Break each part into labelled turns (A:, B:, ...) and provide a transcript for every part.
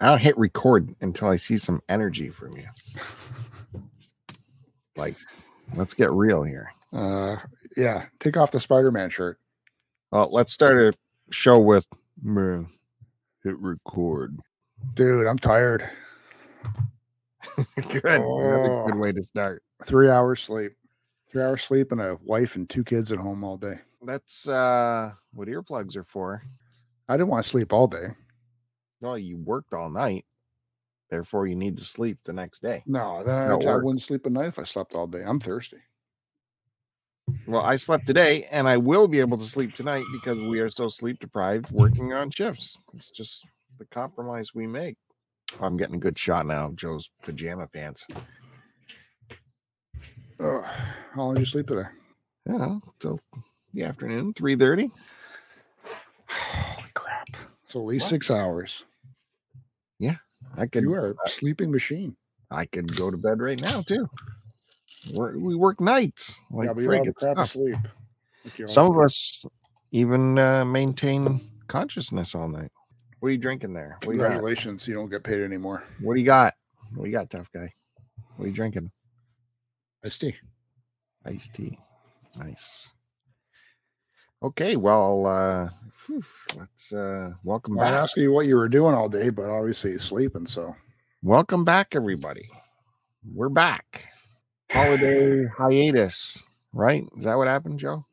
A: I don't hit record until I see some energy from you. Like, let's get real here.
B: Uh, yeah, take off the Spider Man shirt.
A: Well, let's start a show with "Mm, hit record.
B: Dude, I'm tired.
A: good. Another good way to start.
B: Three hours sleep, three hours sleep, and a wife and two kids at home all day.
A: That's uh what earplugs are for.
B: I didn't want to sleep all day.
A: Well, you worked all night, therefore you need to sleep the next day.
B: No, then I,
A: That
B: I
A: worked.
B: wouldn't sleep at night if I slept all day. I'm thirsty.
A: Well, I slept today and I will be able to sleep tonight because we are so sleep deprived working on shifts. It's just the compromise we make. I'm getting a good shot now of Joe's pajama pants.
B: Ugh. How long did you sleep today?
A: Yeah, till the afternoon, 3:30.
B: Holy crap. So at least
A: What?
B: six hours.
A: I could
B: you are a sleeping machine.
A: I could go to bed right now too. We're, we work nights. Like
B: yeah, but you're
A: frig,
B: out of
A: it's
B: crap
A: tough.
B: asleep. Like you are.
A: Some of us even uh, maintain consciousness all night. What are you drinking there? What do you got?
B: Congratulations, you don't get paid anymore.
A: What do you got? What do you got, tough guy? What are you drinking?
B: I see.
A: Iced tea. Nice. Okay, well, uh, phew, let's uh, welcome
B: Well, I'd
A: back.
B: ask you what you were doing all day, but obviously you're sleeping. So
A: Welcome back, everybody. We're back. Holiday hiatus, right? Is that what happened, Joe?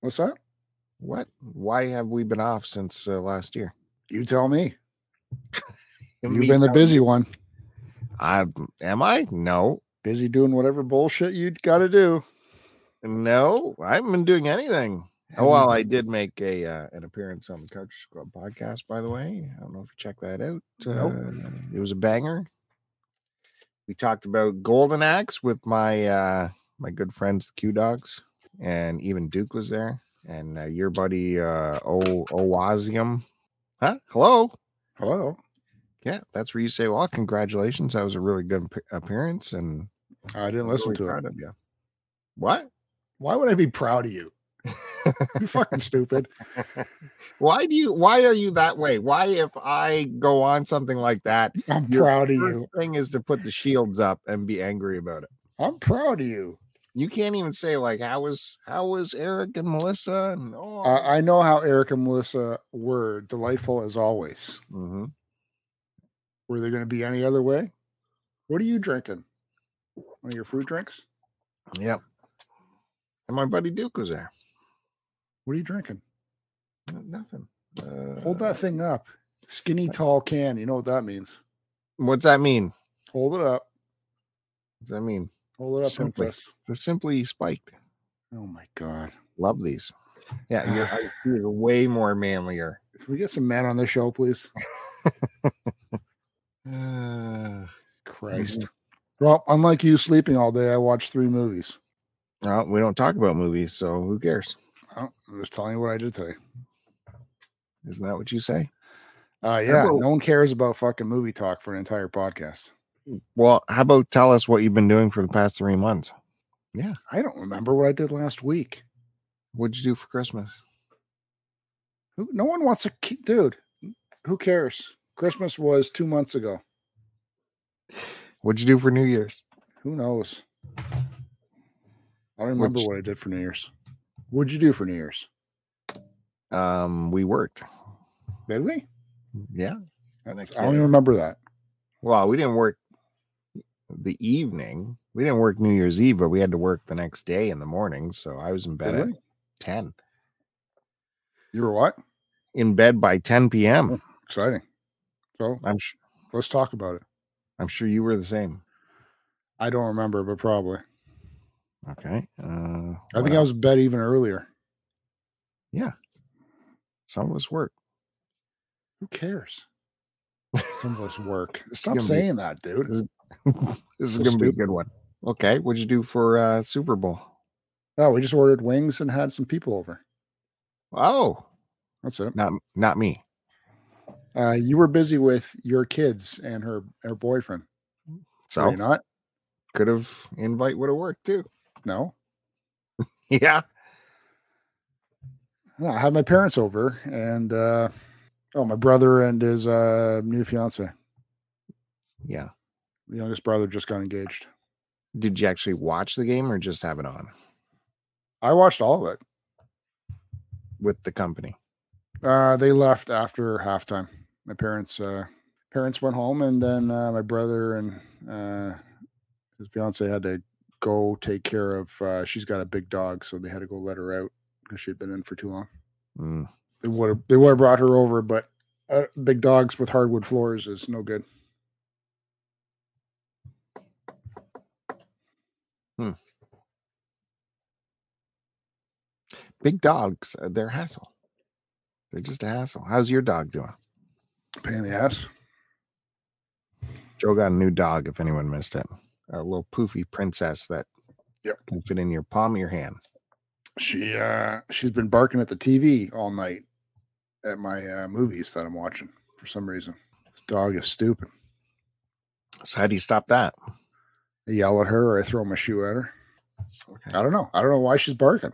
B: what's that?
A: What? Why have we been off since uh, last year?
B: You tell me. You've been the busy one.
A: I am I? No,
B: Busy doing whatever bullshit you got to do.
A: no, I haven't been doing anything. Oh,
B: Haven't
A: well, I did make a uh, an appearance on the Cartridge Club podcast, by the way. I don't know if you checked that out.
B: Nope.
A: Uh, it was a banger. We talked about Golden Axe with my uh, my good friends, the Q Dogs, and even Duke was there, and uh, your buddy uh, o- Owazium. Huh? Hello.
B: Hello.
A: Yeah, that's where you say, "Well, congratulations, that was a really good ap- appearance," and
B: I didn't listen to it.
A: you. What?
B: Why would I be proud of you? you fucking stupid.
A: Why do you? Why are you that way? Why, if I go on something like that,
B: I'm
A: You're
B: proud of
A: first
B: you.
A: thing is to put the shields up and be angry about it.
B: I'm proud of you.
A: You can't even say like, "How was how was Eric and Melissa?" And oh,
B: I, I know how Eric and Melissa were delightful as always.
A: mhm.
B: Were they going to be any other way? What are you drinking? One of your fruit drinks?
A: yep. And my buddy Duke was there.
B: What are you drinking?
A: N- Nothing. Uh,
B: Hold that thing up. Skinny, tall can. You know what that means.
A: What's that mean? What
B: Hold it up.
A: does that mean?
B: Hold it up,
A: Simply.
B: Princess.
A: It's simply spiked.
B: Oh my God.
A: Love these. Yeah, you're, I- you're way more manlier.
B: Can we get some men on the show, please?
A: Uh,
B: Christ. Mm-hmm. Well, unlike you sleeping all day, I watched three movies.
A: well, we don't talk about movies, so who cares?
B: Oh, I'm just telling you what I did today.
A: Isn't that what you say?
B: Uh, yeah,
A: about-
B: no one cares about fucking movie talk for an entire podcast.
A: Well, how about tell us what you've been doing for the past three months?
B: I don't remember what I did last week.
A: What'd you do for Christmas?
B: Who, no one wants a ki- dude. Who cares? Christmas was two months ago.
A: What'd you do for New Year's?
B: Who knows? I don't remember
A: Which-
B: what I did for New Year's. What'd you do for New Year's?
A: Um, we worked.
B: Did we?
A: Yeah.
B: I
A: next
B: don't
A: day.
B: even remember that.
A: Well, we didn't work the evening. We didn't work New Year's Eve, but we had to work the next day in the morning. So I was in bed
B: Did
A: at
B: we?
A: ten.
B: You were what?
A: In bed by ten
B: Oh.
A: p.m.
B: Exciting. So
A: I'm sh-
B: let's talk about it.
A: I'm sure you were the same.
B: I don't remember, but probably.
A: Okay. Uh,
B: I think I was in bed even earlier.
A: some of us work.
B: Who cares? Some of us work.
A: This is
B: Stop
A: gonna be-
B: saying that, dude.
A: this this is
B: So
A: gonna be a
B: stupid.
A: good one. Okay, what'd you do for uh, Super Bowl?
B: Oh, we just ordered wings and had some people over.
A: Oh,
B: That's it.
A: not not me.
B: Uh, you were busy with your kids and her her boyfriend. Were
A: So
B: you not?
A: could have invite would have worked too.
B: No.
A: Yeah.
B: No, I had my parents over and uh, Oh, my brother and his uh, new fiance.
A: Yeah.
B: The youngest brother just got engaged.
A: Did you actually watch the game or just have it on
B: I watched all of it.
A: with the company?
B: Uh, they left after halftime. My parents uh, parents went home, and then uh, my brother and uh, his fiance had to go take care of. Uh, she's got a big dog, so they had to go let her out because she had been in for too long.
A: Mm.
B: They would have they would have brought her over, but uh, big dogs with hardwood floors is no good.
A: Big dogs, uh, they're a hassle. They're just a hassle. How's your dog doing?
B: Pain in the ass.
A: Joe got a new dog, if anyone missed it. A little poofy princess that
B: Yep.
A: can fit in your palm of your hand.
B: She uh, she's been barking at the TV all night at my uh, movies that I'm watching for some reason. This dog is stupid.
A: So, how do you stop that?
B: I yell at her or I throw my shoe at her.
A: Okay.
B: I don't know. I don't know why she's barking.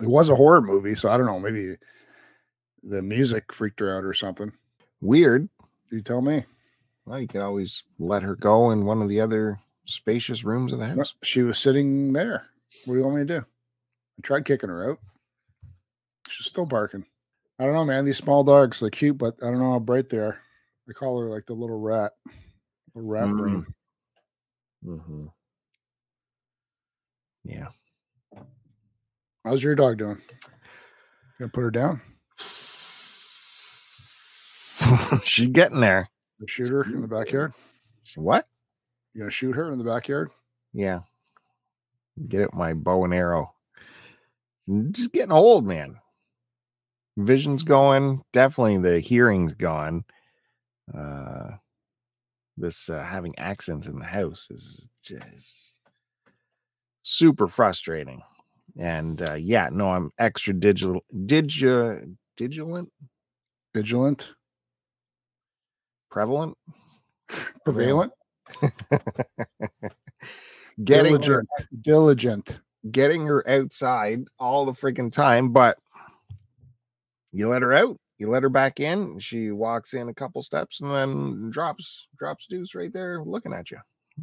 B: It was a horror movie, so I don't know. Maybe the music freaked her out or something.
A: Weird.
B: You tell me.
A: Well, you could always let her go in one of the other spacious rooms of the
B: No,
A: house.
B: She was sitting there. What do you want me to do? I tried kicking her out. She's still barking. I don't know, man. These small dogs, they're cute, but I don't know how bright they are. I call her like the little rat. The rat
A: Mm.
B: brain.
A: Mm-hmm. Yeah.
B: How's your dog doing? Gonna put her down?
A: She's getting there.
B: Shoot her in the backyard?
A: She- what?
B: You gonna shoot her in the backyard?
A: Yeah. Get it, my bow and arrow. Just getting old, man. Vision's going. Definitely the hearing's gone. Uh, this uh, having accents in the house is just super frustrating. And uh, yeah, no, I'm extra digital, digi, digilant,
B: Vigilant?
A: prevalent,
B: Prevalent?
A: getting her
B: diligent. diligent.
A: getting her outside all the freaking time, but you let her out, you let her back in, she walks in a couple steps and then drops drops deuce right there looking at you.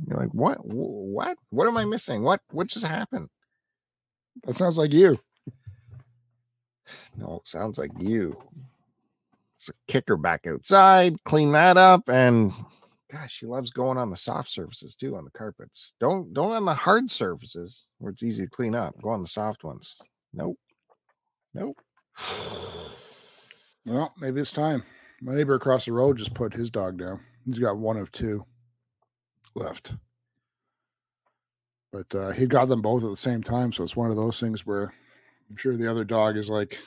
A: You're like, what? Wh- What? What am I missing? What? What just happened?
B: That sounds like you.
A: No, it sounds like you. So kick her back outside, clean that up, and gosh, she loves going on the soft surfaces too, on the carpets. Don't don't on the hard surfaces where it's easy to clean up. Go on the soft ones. Nope. Nope.
B: Well, maybe it's time. My neighbor across the road just put his dog down. He's got one of two left. But uh, he got them both at the same time. So it's one of those things where I'm sure the other dog is like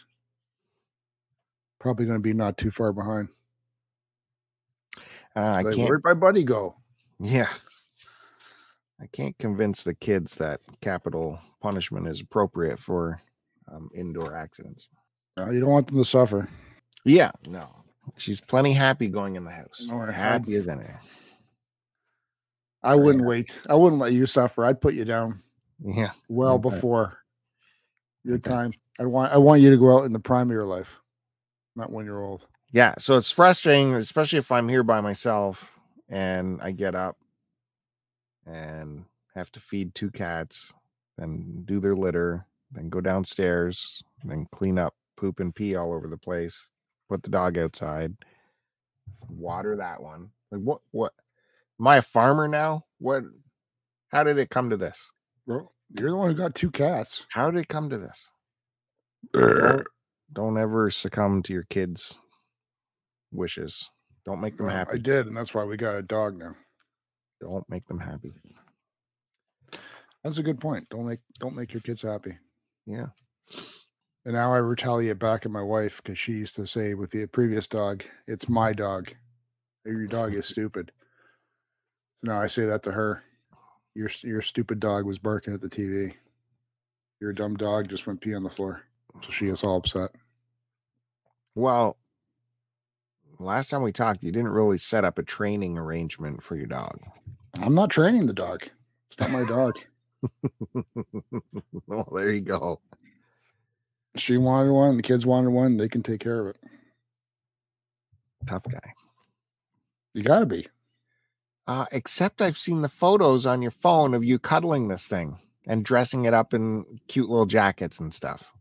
B: probably going to be not too far behind.
A: Uh, I
B: Like,
A: can't.
B: Where'd my buddy go?
A: Yeah. I can't convince the kids that capital punishment is appropriate for um, indoor accidents.
B: Uh, you don't want them to suffer.
A: Yeah, no. She's plenty happy going in the house.
B: No, I heard.
A: Happier than it.
B: I wouldn't wait. I wouldn't let you suffer. I'd put you down
A: Yeah.
B: well
A: Okay.
B: before your
A: Okay.
B: time. I want I want you to go out in the prime of your life, not when you're old.
A: Yeah. So it's frustrating, especially if I'm here by myself and I get up and have to feed two cats, then do their litter, then go downstairs, then clean up poop and pee all over the place, put the dog outside, water that one. Like what what am I a farmer now? What how did it come to this?
B: Well, you're the one who got two cats.
A: How did it come to this?
B: Well,
A: Don't, don't ever succumb to your kids' wishes. Don't make them
B: well,
A: happy.
B: uh, I did, and that's why we got a dog now.
A: don't make them happy.
B: That's a good point. Don't make don't make your kids happy.
A: Yeah.
B: And now I retaliate back at my wife because she used to say with the previous dog, "It's my dog. Your dog is stupid." So now I say that to her. Your s- your stupid dog was barking at the TV. Your dumb dog just went pee on the floor. So she is all upset.
A: Well, last time we talked, you didn't really set up a training arrangement for your dog.
B: I'm not training the dog. It's not my dog.
A: well, there you go.
B: She wanted one. The kids wanted one. They can take care of it.
A: tough guy.
B: You got to be.
A: Uh, except I've seen the photos on your phone of you cuddling this thing and dressing it up in cute little jackets and stuff.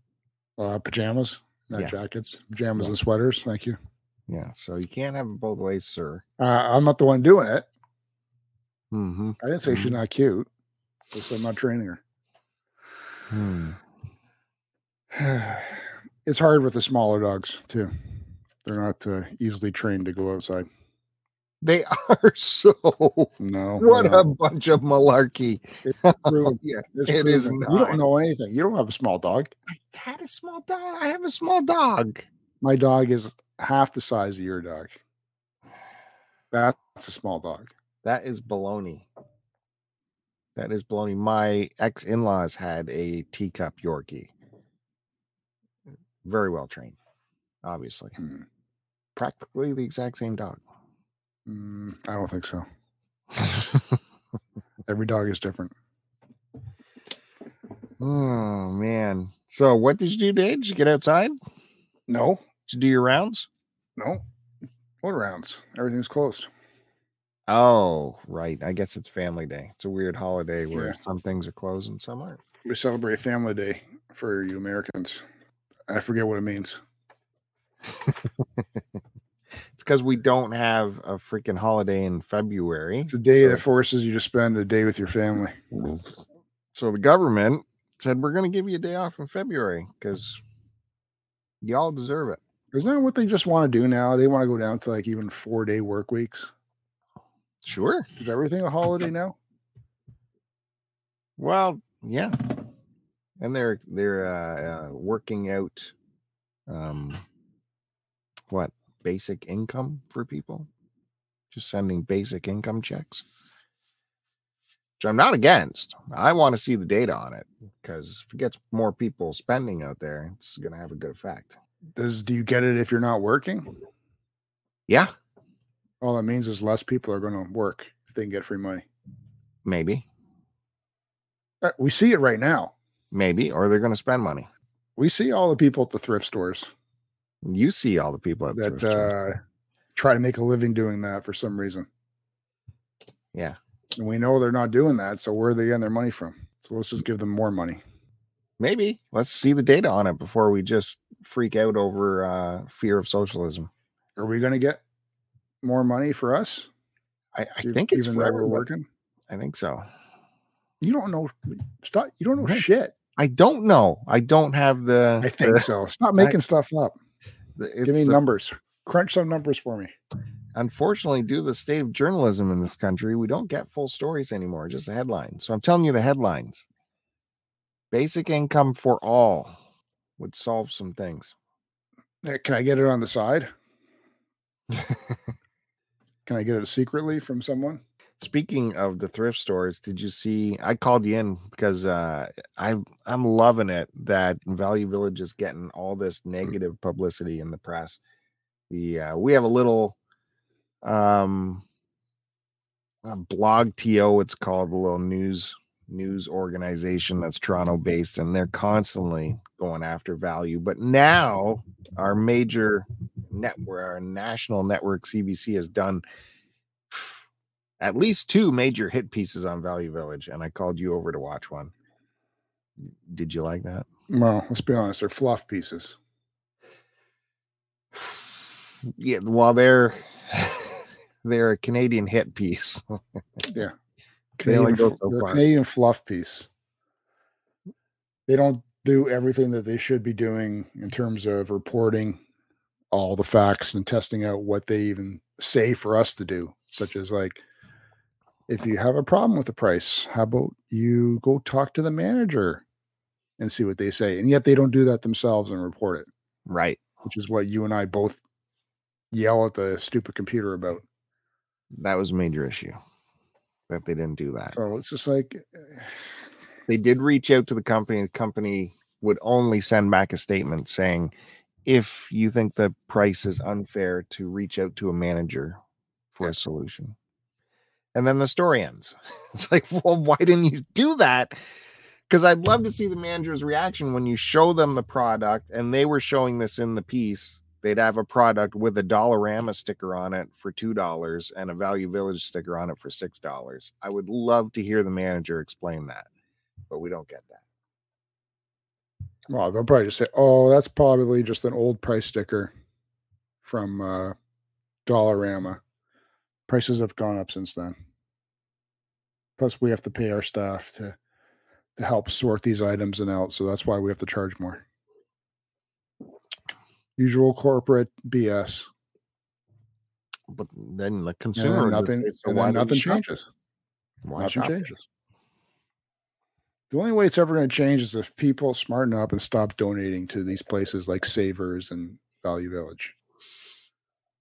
B: Uh, pajamas, not
A: Yeah.
B: jackets. Pajamas
A: Yeah.
B: and sweaters. Thank you.
A: Yeah, so you can't have it both ways, sir.
B: Uh, I'm not the one doing it.
A: Mm-hmm.
B: I didn't say she's
A: Mhm.
B: not cute. Just I'm not training her. it's hard with the smaller dogs too. They're not uh, easily trained to go outside.
A: They are so.
B: No. they're
A: What a
B: not.
A: bunch of malarkey.
B: Proven.
A: yeah,
B: It's
A: it is
B: proven. You
A: not.
B: don't know anything. You don't have a small dog.
A: I had a small dog. I have a small dog.
B: My dog is half the size of your dog. That's a small dog.
A: That is baloney. That is baloney. My ex in laws had a teacup Yorkie. Mm, Very well trained, obviously.
B: Hmm.
A: Practically the exact same dog.
B: Mm, I don't think so. Every dog is different.
A: oh, man. So, what did you do today? Did you get outside?
B: No,
A: Did you do your rounds?
B: no. What rounds? Everything's closed.
A: Oh, right. I guess it's family day. It's a weird holiday where
B: Yeah.
A: some things are closed and some aren't.
B: We celebrate Family Day for you Americans. I forget what it means.
A: It's because we don't have a freaking holiday in February.
B: It's a day
A: Sure.
B: that forces you to spend a day with your family.
A: Mm-hmm. So the government said we're going to give you a day off in February because y'all deserve it.
B: Isn't that what they just want to do now? They want to go down to like even four day work weeks.
A: Sure.
B: Is everything a holiday now?
A: Well, yeah. And they're they're uh, uh, working out um what basic income for people, just sending basic income checks, which I'm not against. I want to see the data on it because if it gets more people spending out there, it's going to have a good effect.
B: Does do you get it if you're not working?
A: Yeah,
B: All that means is less people are going to work if they can get free money.
A: maybe,
B: Uh, We see it right now.
A: maybe, or they're going to spend money.
B: We see all the people at the thrift stores
A: You see all the people at the
B: that
A: thrift store.
B: uh, try to make a living doing that for some reason.
A: Yeah.
B: And we know they're not doing that. So where are they getting their money from? So let's
A: Mm.
B: just give them more money.
A: Maybe let's see the data on it before we just freak out over uh, fear of socialism.
B: Are we going to get more money for us?
A: I, I
B: ev-
A: think it's
B: even
A: for
B: though we're
A: everyone.
B: working.
A: I think so.
B: You don't know. Stop. You don't know
A: Right.
B: shit.
A: I don't know. I don't have the.
B: I think so. Stop making stuff up.
A: the- the-
B: Give me
A: it's, uh,
B: numbers. Crunch some numbers for me.
A: unfortunately, due to the state of journalism in this country, we don't get full stories anymore, just the headlines. So I'm telling you the headlines. Basic income for all would solve some things.
B: Uh, Can I get it on the side? Can I get it secretly from someone?
A: Speaking of the thrift stores, did you see? I called you in because uh, I I'm loving it that Value Village is getting all this negative publicity in the press. The uh, we have a little um a blog to it's called a little news news organization that's Toronto based and they're constantly going after value but now our major network our national network CBC has done at least two major hit pieces on Value Village, and I called you over to watch one. Did you like that?
B: Well, let's be honest. They're fluff pieces.
A: Yeah, while they're they're a Canadian hit piece.
B: Yeah.
A: They only
B: Canadian,
A: go
B: fl-
A: so
B: they're
A: far.
B: Canadian fluff piece. They don't do everything that they should be doing in terms of reporting all the facts and testing out what they even say for us to do, such as like, if you have a problem with the price, how about you go talk to the manager and see what they say? And yet they don't do that themselves and report it,
A: Right.
B: which is what you and I both yell at the stupid computer about.
A: That was a major issue that they didn't do that.
B: So it's just like, eh,
A: They did reach out to the company. The company would only send back a statement saying, if you think the price is unfair, to reach out to a manager for
B: Yeah.
A: a solution. And then the story ends. It's like, well, why didn't you do that? Because I'd love to see the manager's reaction when you show them the product and they were showing this in the piece. they'd have a product with a Dollarama sticker on it for two dollars and a Value Village sticker on it for six dollars. I would love to hear the manager explain that, but we don't get that.
B: Well, they'll probably just say, "Oh, that's probably just an old price sticker from uh, Dollarama. Prices have gone up since then. Plus, we have to pay our staff to to help sort these items and out, so that's why we have to charge more. Usual corporate BS.
A: But then the
B: And then
A: consumer would just
B: nothing,
A: say, "So
B: and
A: why
B: then
A: do we
B: nothing
A: shop
B: changes.
A: there? Why
B: Nothing
A: shop there?"
B: changes. The only way it's ever going to change is if people smarten up and stop donating to these places like Savers and Value Village.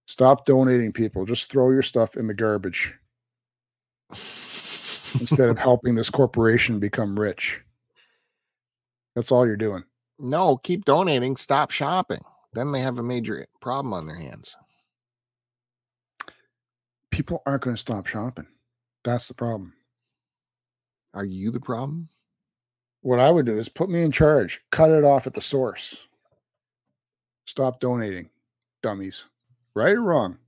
B: Stop donating people. Just throw your stuff in the garbage instead of helping this corporation become rich. That's all you're doing.
A: No, keep donating. Stop shopping. Then they have a major problem on their hands.
B: People aren't going to stop shopping. That's the problem.
A: Are you the problem?
B: What I would do is put me in charge, cut it off at the source. Stop donating, dummies. Right or wrong?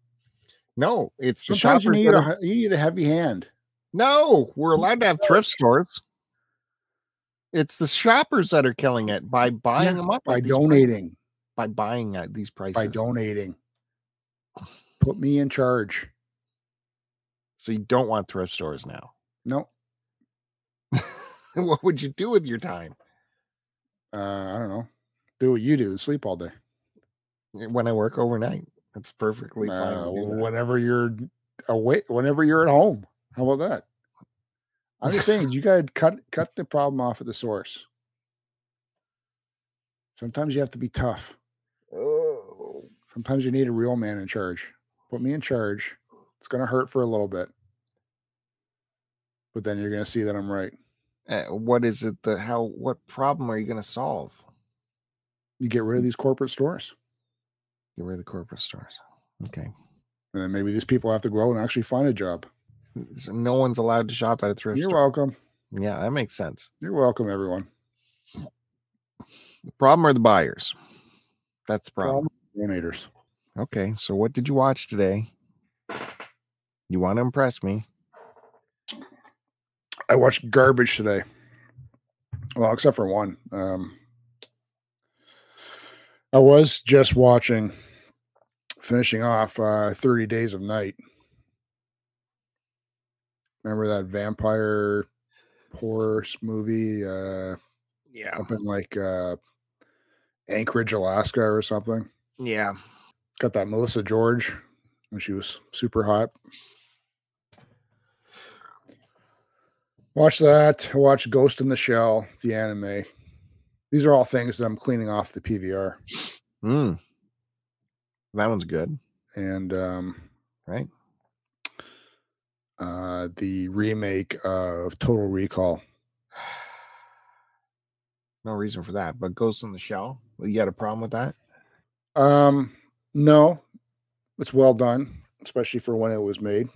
A: No, it's the
B: Sometimes you
A: shoppers.
B: need,
A: that
B: a,
A: are-
B: he- you need a heavy hand.
A: No, we're allowed to have thrift stores. It's the shoppers that are killing it by buying
B: Yeah,
A: them up at
B: by
A: these prices-
B: donating
A: by buying at these prices.
B: by donating put me in charge
A: So you don't want thrift stores now.
B: no
A: what would you do with your time?
B: uh, i don't know do what you do sleep all day
A: When I work overnight, that's perfectly fine.
B: Uh,
A: to do that.
B: whenever you're away whenever you're at home how about that i'm just saying you gotta cut cut the problem off at the source sometimes you have to be tough
A: Oh,
B: sometimes you need a real man in charge put me in charge it's gonna hurt for a little bit but then you're gonna see that i'm right
A: uh, what is it? The how? What problem are you going to solve?
B: you get rid of these corporate stores
A: Get rid of the corporate stores. Okay.
B: And then maybe these people have to go out and actually find a job.
A: So no one's allowed to shop at a thrift
B: You're
A: store.
B: welcome.
A: Yeah, that makes sense.
B: You're welcome, everyone.
A: The problem are the buyers. That's the problem.
B: Donators.
A: Okay, so what did you watch today? You want to impress me?
B: I watched garbage today. Well, except for one. Um, I was just watching, finishing off uh, 30 Days of Night. Remember that vampire horse movie uh,
A: Yeah,
B: up in like uh, Anchorage, Alaska or something?
A: yeah.
B: got that Melissa George when she was super hot. Watch that. I watched Ghost in the Shell, the anime. These are all things that I'm cleaning off the PVR.
A: Mm. That one's good.
B: And um
A: Right.
B: uh the remake of Total Recall.
A: No reason for that, but Ghost in the Shell. You got a problem with that?
B: Um no, it's well done, especially for when it was made.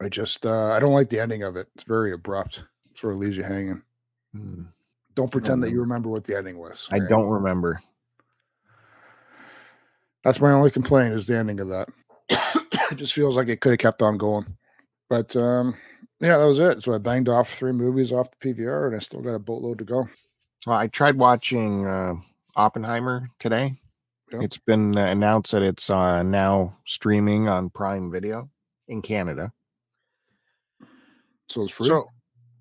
B: I just uh I don't like the ending of it. It's very abrupt. Sort of leaves you hanging.
A: Mm.
B: Don't pretend that you
A: remember.
B: remember what the ending was.
A: I
B: Alright.
A: don't remember.
B: That's my only complaint is the ending of that. it just feels like it could have kept on going. But um, yeah, that was it. So I banged off three movies off the PVR, and I still got a boatload to go.
A: Well, I tried watching uh, Oppenheimer today.
B: Yeah.
A: It's been uh, announced that it's uh, now streaming on Prime Video in Canada.
B: So it's free.
A: So,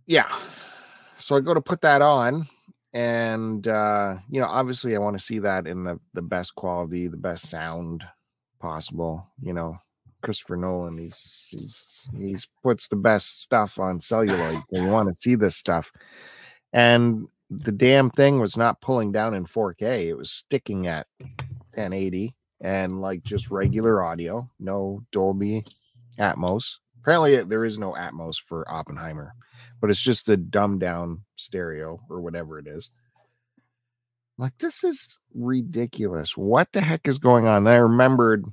A: yeah. So I go to put that on, and uh, you know, obviously, I want to see that in the the best quality, the best sound possible. You know, Christopher Nolan, he's he's he's puts the best stuff on celluloid, and you want to see this stuff. And the damn thing was not pulling down in 4K; it was sticking at 1080 and like just regular audio, no Dolby Atmos. Apparently, it- there is no Atmos for Oppenheimer, but it's just the dumbed down stereo or whatever it is. Like, this is ridiculous. What the heck is going on? And I remembered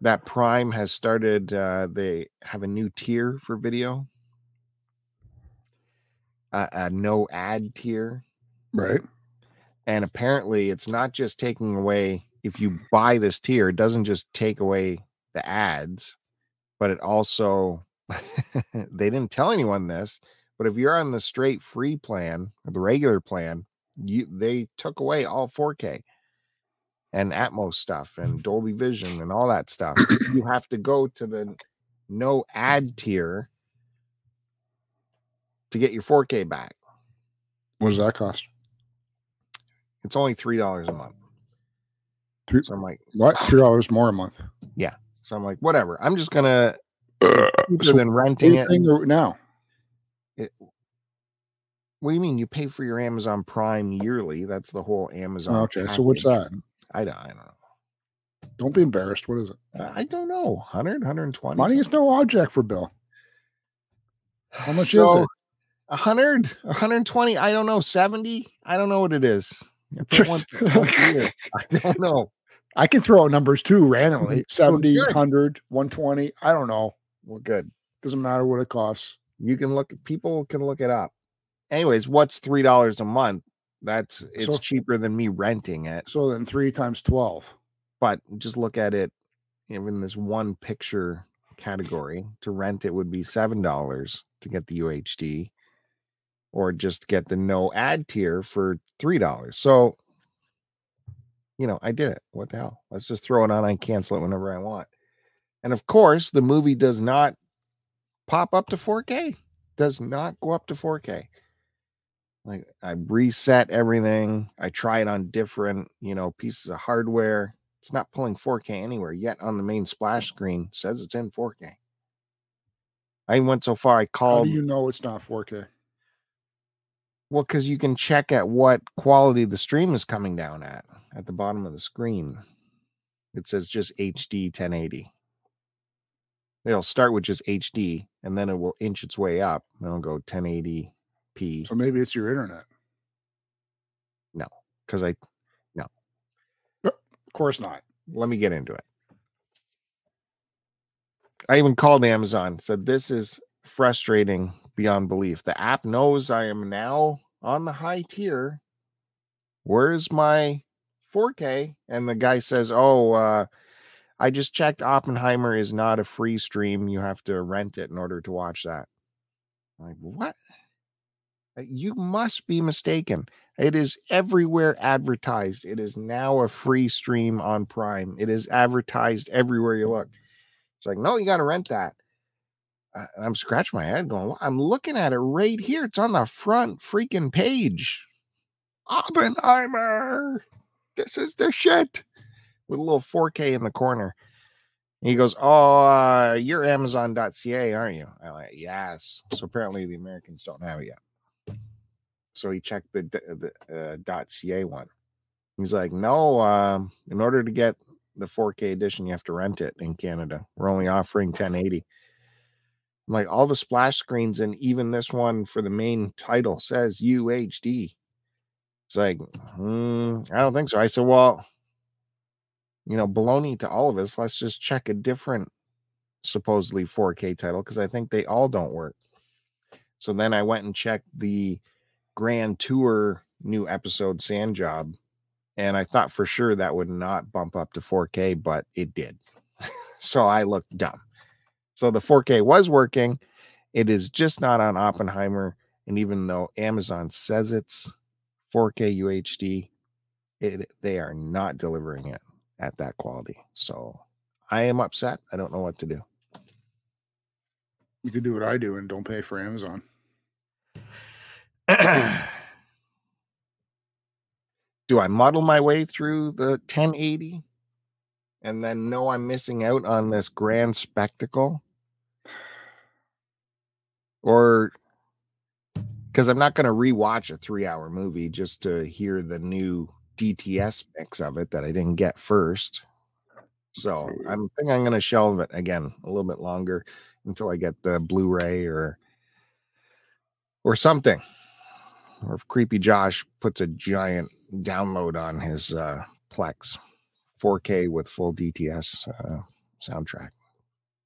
A: that Prime has started, uh, they have a new tier for video, uh, a no ad tier
B: right.
A: and apparently it's not just taking away if you buy this tier, it doesn't just take away the ads, but it also they didn't tell anyone this, but if you're on the straight free plan or the regular plan, you they took away all 4K and Atmos stuff and Dolby Vision and all that stuff. you have to go to the no ad tier to get your 4K back.
B: What does that cost?
A: It's only three dollars a month.
B: Three-
A: So I'm like,
B: What? Three dollars more a month.
A: so I'm like, whatever. I'm just gonna cheaper
B: So
A: than renting it.
B: Anything or- now.
A: What do you mean? You pay for your Amazon Prime yearly? That's the whole Amazon.
B: okay, so what's
A: package.
B: that?
A: I don't. I don't know.
B: Don't be embarrassed. What is it?
A: I don't know. 100, 120.
B: Money is no object for Bill. How much is it?
A: 100, 120. I don't know. 70. I don't know what it is. I put one- one here. I don't know.
B: I can throw out numbers too randomly 70,
A: Oh, good.
B: 100, 120. I don't know.
A: Well, good.
B: Doesn't matter what it costs.
A: You can look. People can look it up. Anyways, what's three dollars a month? That's it's
B: So-
A: cheaper than me renting it.
B: So then three times 12.
A: but just look at it you know, in this one picture category to rent it would be seven dollars to get the UHD or just get the no ad tier for three dollars. So you know, I did it. What the hell? Let's just throw it on and cancel it whenever I want. And of course, the movie does not pop up to 4K. Does not go up to 4K. Like I reset everything. I try it on different, you know, pieces of hardware it's not pulling 4K anywhere yet on the main splash screen says it's in 4K. I even went so far I
B: How
A: called
B: do you know it's not 4K?
A: well because you can check at what quality the stream is coming down at at the bottom of the screen. It says just HD 1080. It'll start with just HD and then it will inch its way up and it'll go 1080p
B: So maybe it's your internet.
A: because I
B: Of course not.
A: let me get into it. I even called Amazon, said this is frustrating beyond belief. The app knows I am now on the high tier. Where's my 4K? And the guy says, Oh, uh, I just checked Oppenheimer is not a free stream. You have to rent it in order to watch that. I'm like, what? Uh, You must be mistaken. It is everywhere advertised. It is now a free stream on Prime. It is advertised everywhere you look. It's like, no, you got to rent that. Uh, and I'm scratching my head going, "Well, I'm looking at it right here. It's on the front freaking page. Oppenheimer. This is the shit with a little 4K in the corner. And he goes, Oh, uh, you're Amazon.ca, aren't you? I'm like, Yes. So apparently the Americans don't have it yet. So he checked the, d- the uh, .ca one. He's like, no, um, in order to get the 4K edition, you have to rent it in Canada. We're only offering 1080. I'm like, all the splash screens and even this one for the main title says UHD. It's like, hmm, I don't think so. I said, well, you know, baloney to all of us. Let's just check a different supposedly 4K title because I think they all don't work. So then I went and checked the grand tour new episode sand job and i thought for sure that would not bump up to 4k but it did so i looked dumb so the 4k was working it is just not on oppenheimer and even though amazon says it's 4k uhd it, they are not delivering it at that quality so i am upset i don't know what to do
B: You can do what I do and don't pay for Amazon.
A: do I muddle my way through the 1080 and then know I'm missing out on this grand spectacle? Or because I'm not going to rewatch a three hour movie just to hear the new DTS mix of it that I didn't get first. So I'm think I'm going to shelve it again a little bit longer until I get the Blu-ray or or something or if creepy josh puts a giant download on his uh plex 4k with full dts uh soundtrack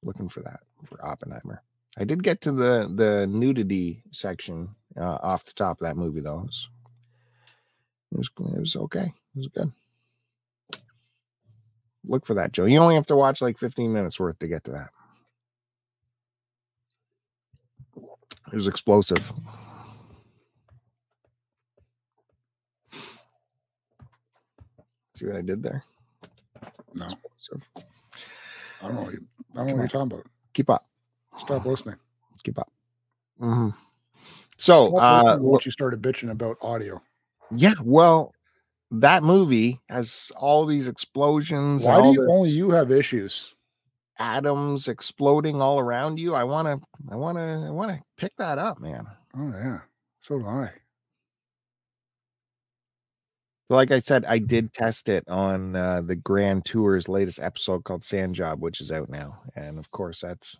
A: looking for that for oppenheimer i did get to the the nudity section uh off the top of that movie though it was it was, it was okay it was good Look for that, Joe. You only have to watch like 15 minutes worth to get to that. It was explosive. See what I did there?
B: No.
A: Explosive.
B: I don't know. What you, I don't know what you're talking about.
A: Keep up.
B: Stop listening.
A: Keep up. Mhm. So,
B: Stop
A: uh,
B: listening to what you started bitching about audio.
A: Yeah, well, that movie has all these explosions, and
B: Why do
A: all
B: you,
A: the
B: only you have issues?
A: atoms exploding all around you. I want to, I want to, I want to pick that up, man.
B: Oh yeah. So do I.
A: Like I said, I did test it on uh, the Grand Tour's latest episode called Sand Job, which is out now, and of course that's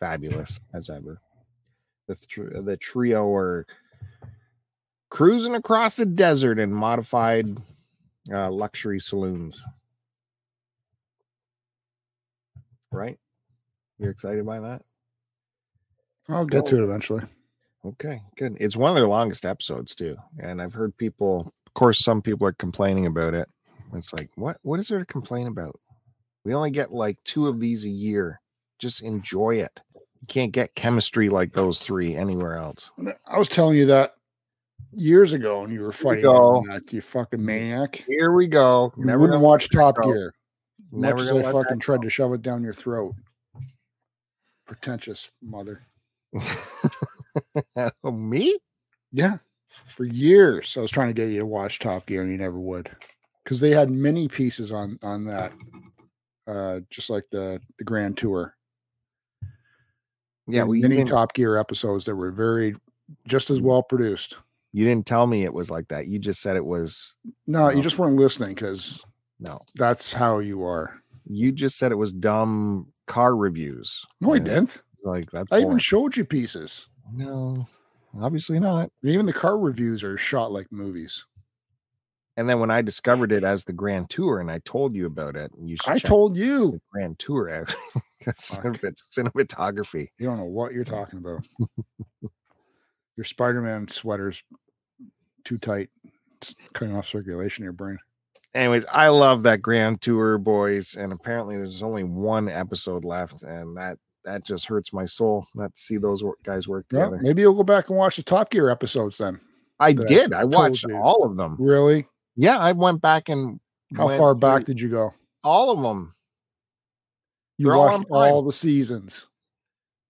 A: fabulous as ever. The tr- the trio are cruising across the desert in modified uh, luxury saloons. Right? You're excited by that?
B: I'll get to it eventually.
A: Okay, good. It's one of their longest episodes too, and I've heard people. Of course, some people are complaining about it. It's like, what? What is there to complain about? We only get like two of these a year. Just enjoy it. You can't get chemistry like those three anywhere else.
B: I was telling you that years ago, and you were fighting me
A: go.
B: on that. You fucking maniac.
A: Here we go.
B: You
A: Never
B: wouldn't
A: gonna,
B: watch Top
A: go.
B: Gear.
A: never
B: much as
A: gonna
B: I
A: let that
B: fucking tried to shove it down your throat. Pretentious mother.
A: go. Oh, Me?
B: Yeah. For years, I was trying to get you to watch Top Gear, and you never would, because they had many pieces on on that, uh, just like the the Grand Tour.
A: Yeah.
B: They had
A: Well, you
B: many
A: didn't, Mm.
B: Top Gear episodes that were very, just as well produced.
A: you didn't tell me it was like that. You just said it was.
B: No,
A: No.
B: you just weren't listening because
A: No,
B: that's how you are.
A: you just said it was dumb car reviews.
B: No, I
A: And it's
B: didn't.
A: Like that's.
B: I even
A: boring.
B: showed you pieces.
A: No, obviously not.
B: Even the car reviews are shot like movies.
A: And then when I discovered it as the Grand Tour, and I told you about it, you should
B: I
A: check
B: told you.
A: the Grand Tour out because
B: Fuck.
A: of its cinematography.
B: You don't know what you're talking about. Your Spider-Man sweater's too tight. It's cutting off circulation in your brain.
A: Anyways, I love that Grand Tour, boys, and apparently there's only one episode left, and that that just hurts my soul not to see those wor- guys work
B: Yeah,
A: together.
B: maybe you'll go back and watch the Top Gear episodes then.
A: I
B: that
A: did. I watched
B: you.
A: all of them.
B: Really?
A: Yeah, I went back and
B: How
A: went
B: far back
A: through
B: did you go?
A: All of them.
B: You
A: They're all
B: watched
A: on Prime.
B: all the seasons.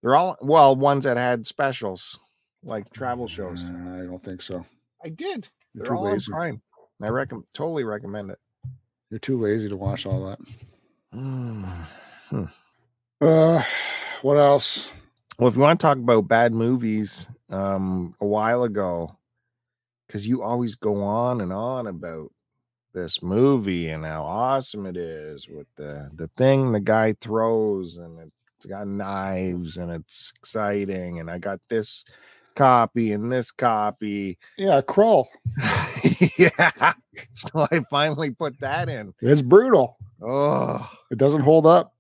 A: They're all well ones that had specials, like travel shows.
B: Uh, I don't think so.
A: I did.
B: You're
A: They're
B: too
A: all on
B: lazy.
A: Prime. I recommend totally recommend it.
B: You're too lazy to watch all that.
A: Hmm.
B: Uh, what else?
A: Well, if you want to talk about bad movies, um, a while ago, because you always go on and on about this movie and how awesome it is with the the thing the guy throws and it's got knives and it's exciting and I got this copy and this copy.
B: Yeah, crawl.
A: yeah. So I finally put that in.
B: It's brutal.
A: Oh,
B: It doesn't hold up.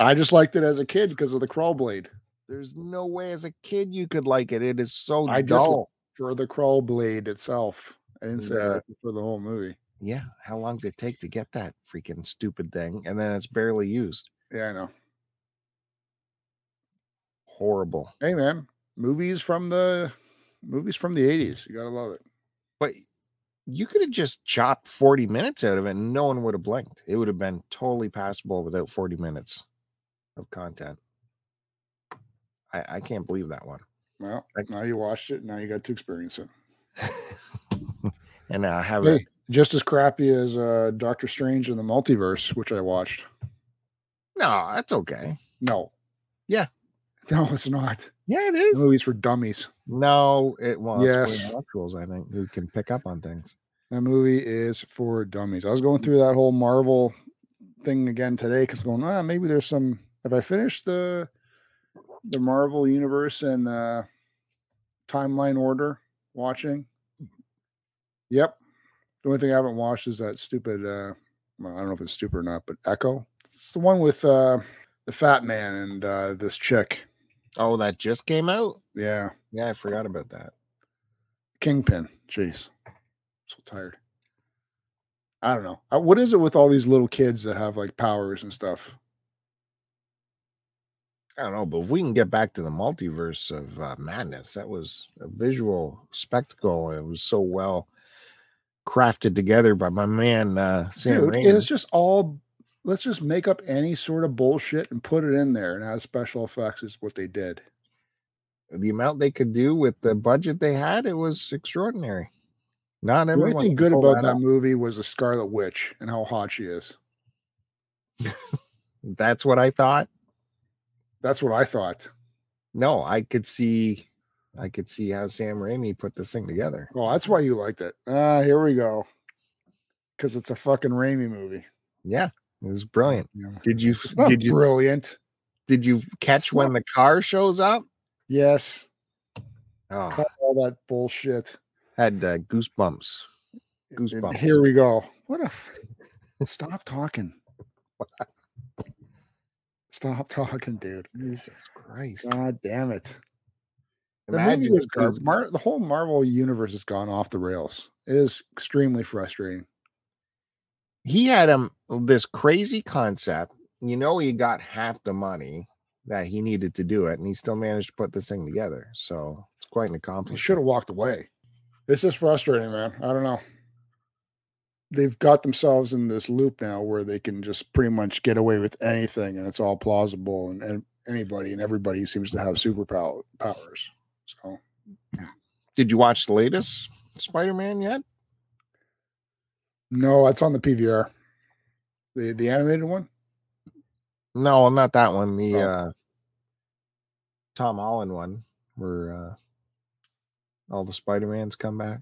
B: I just liked it as a kid because of the crawl blade.
A: There's no way as a kid you could like it. It is so
B: I just
A: dull.
B: for the crawl blade itself. I didn't say I
A: Yeah.
B: liked it for the whole movie.
A: yeah. How long does it take to get that freaking stupid thing? And then it's barely used.
B: Yeah, I know.
A: Horrible.
B: Hey, man, movies from the movies from the eighties. You gotta love it.
A: But you could have just chopped 40 minutes out of it and no one would have blinked. It would have been totally passable without 40 minutes of content. I, I can't believe that one.
B: Well,
A: Like-
B: now you watched it. Now you got to experience it.
A: and I have it.
B: Hey, just as crappy as uh, Doctor Strange in the Multiverse, which I watched.
A: No, that's okay.
B: No.
A: Yeah.
B: No, it's not.
A: Yeah, it
B: The
A: is.
B: movie's for dummies.
A: No, it well, it's
B: Yes.
A: for intellectuals, I think, who can pick up on things.
B: That movie is for dummies. I was going through that whole Marvel thing again today because going, ah, maybe there's some. Have I finished the the Marvel universe and uh, timeline order watching? Yep. The only thing I haven't watched is that stupid. Uh, well, I don't know if it's stupid or not, but Echo. It's the one with uh, the fat man and uh, this chick.
A: Oh, that just came out?
B: Yeah,
A: Yeah, I forgot about that.
B: Kingpin. Jeez, so tired. I don't know. Uh, What is it with all these little kids that have like powers and stuff?
A: I don't know, but if we can get back to the multiverse of uh, madness, that was a visual spectacle. It was so well crafted together by my man uh, Sam
B: Dude,
A: Raimi.
B: it's just all. Let's just make up any sort of bullshit and put it in there and add special effects is what they did.
A: The amount they could do with the budget they had, it was extraordinary. Not
B: The
A: everyone.
B: only thing
A: could
B: good
A: pull
B: about that,
A: off.
B: movie was the Scarlet Witch and how hot she is.
A: That's what I thought.
B: That's what I thought.
A: No, I could see, I could see how Sam Raimi put this thing together.
B: Well, Oh, that's why you liked it. Ah, here we go. Because it's a fucking Raimi movie.
A: Yeah, it was brilliant.
B: You know,
A: Did you?
B: It's not
A: Did you?
B: brilliant.
A: Did you catch when the car shows up?
B: Yes.
A: Oh,
B: Cut all that bullshit.
A: had uh, goosebumps.
B: And
A: Goosebumps.
B: Here we go. What a f- stop talking. Stop talking, dude.
A: Jesus Christ!
B: God damn it. The movie
A: Imagine
B: was
A: if
B: garbage.
A: these-
B: Mar- the whole Marvel universe has gone off the rails. It is extremely frustrating.
A: he had um this crazy concept. You know, he got half the money that he needed to do it, and he still managed to put this thing together. So it's quite an
B: He
A: accomplishment.
B: should have walked away. It's just frustrating, man. I don't know. They've got themselves in this loop now where they can just pretty much get away with anything and it's all plausible and, and anybody and everybody seems to have superpower powers. So
A: Did you watch the latest Spider-Man yet?
B: no, it's on the PVR. The the animated one?
A: No, not that one. The
B: Oh.
A: uh, Tom Holland one, where uh, all the Spider-Mans come back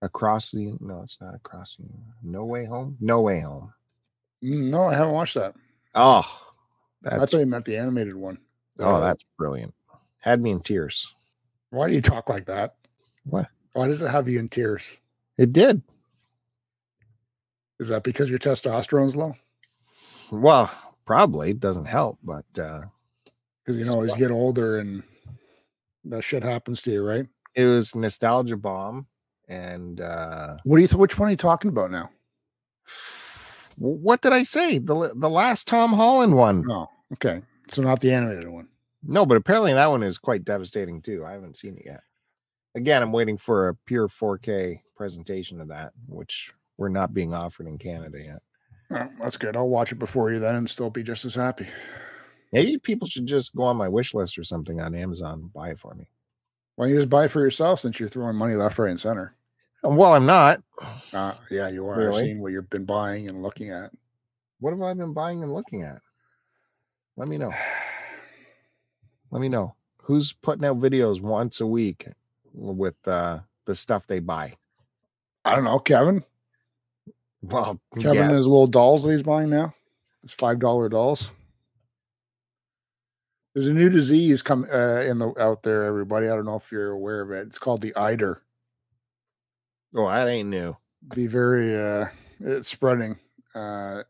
A: across the. No, it's not across the. No way home. No way home.
B: Mm, No, I haven't watched that.
A: Oh, that's
B: I thought you meant the animated one.
A: Oh, that's brilliant. Had me in tears.
B: why do you talk like that?
A: What?
B: Why does it have you in tears?
A: It did.
B: Is that because your testosterone's low?
A: Well, probably it doesn't help, but uh
B: Because you
A: Just
B: know, as you
A: why-
B: get older and that shit happens to you, right?
A: it was nostalgia bomb and uh
B: What do you? Which one are you talking about now?
A: wh- what did I say? The la- the last Tom Holland one.
B: Oh, okay. So not the animated one.
A: No, but apparently that one is quite devastating too. I haven't seen it yet. Again, I'm waiting for a pure 4K presentation of that, which we're not being offered in Canada yet.
B: Oh, that's good. I'll watch it before you then, and still be just as happy.
A: Maybe people should just go on my wish list or something on Amazon, and buy it for me.
B: Why don't you just buy it for yourself since you're throwing money left, right, and center?
A: Well, I'm not.
B: Uh, yeah, you are.
A: Really?
B: I've seen what you've been buying and looking at.
A: What have I been buying and looking at? Let me know. Let me know. Who's putting out videos once a week with uh, the stuff they buy?
B: I don't know, Kevin.
A: Well,
B: Kevin
A: yeah,
B: and his little dolls that he's buying now. It's five dollar dolls. There's a new disease come uh, in the out there, everybody. I don't know if you're aware of it. It's called the eider.
A: oh, that ain't new.
B: be very uh it's spreading uh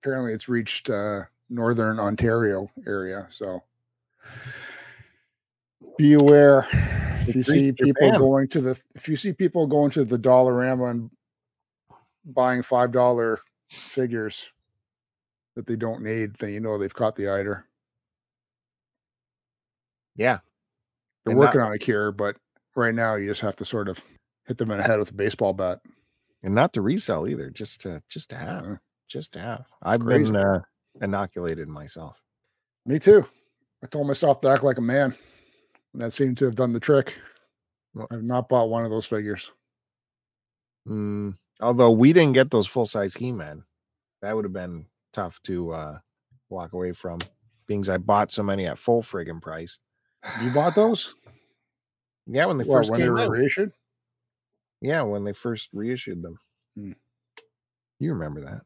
B: apparently it's reached uh northern ontario area so be aware if you
A: It's
B: see
A: reached
B: people
A: Japan.
B: going to the if you see people going to the dollarama and buying five dollar figures that they don't need then you know they've caught the eider
A: Yeah,
B: they're
A: And that-
B: working on a cure but right now you just have to sort of hit them in the head with a baseball bat
A: and not to resell either. Just to just to have,
B: Uh,
A: just to have. I've
B: Crazy.
A: been uh, inoculated myself.
B: Me too. I told myself to act like a man. And that seemed to have done the trick.
A: Well-
B: I've not bought one of those figures.
A: Mm, although we didn't get those full size He Man, that would have been tough to uh, walk away from. Being as I bought so many at full friggin' price.
B: You bought those?
A: Yeah, when they
B: Well,
A: first
B: when they
A: came out.
B: were reissued?
A: Yeah, when they first reissued them.
B: Hmm.
A: You remember that.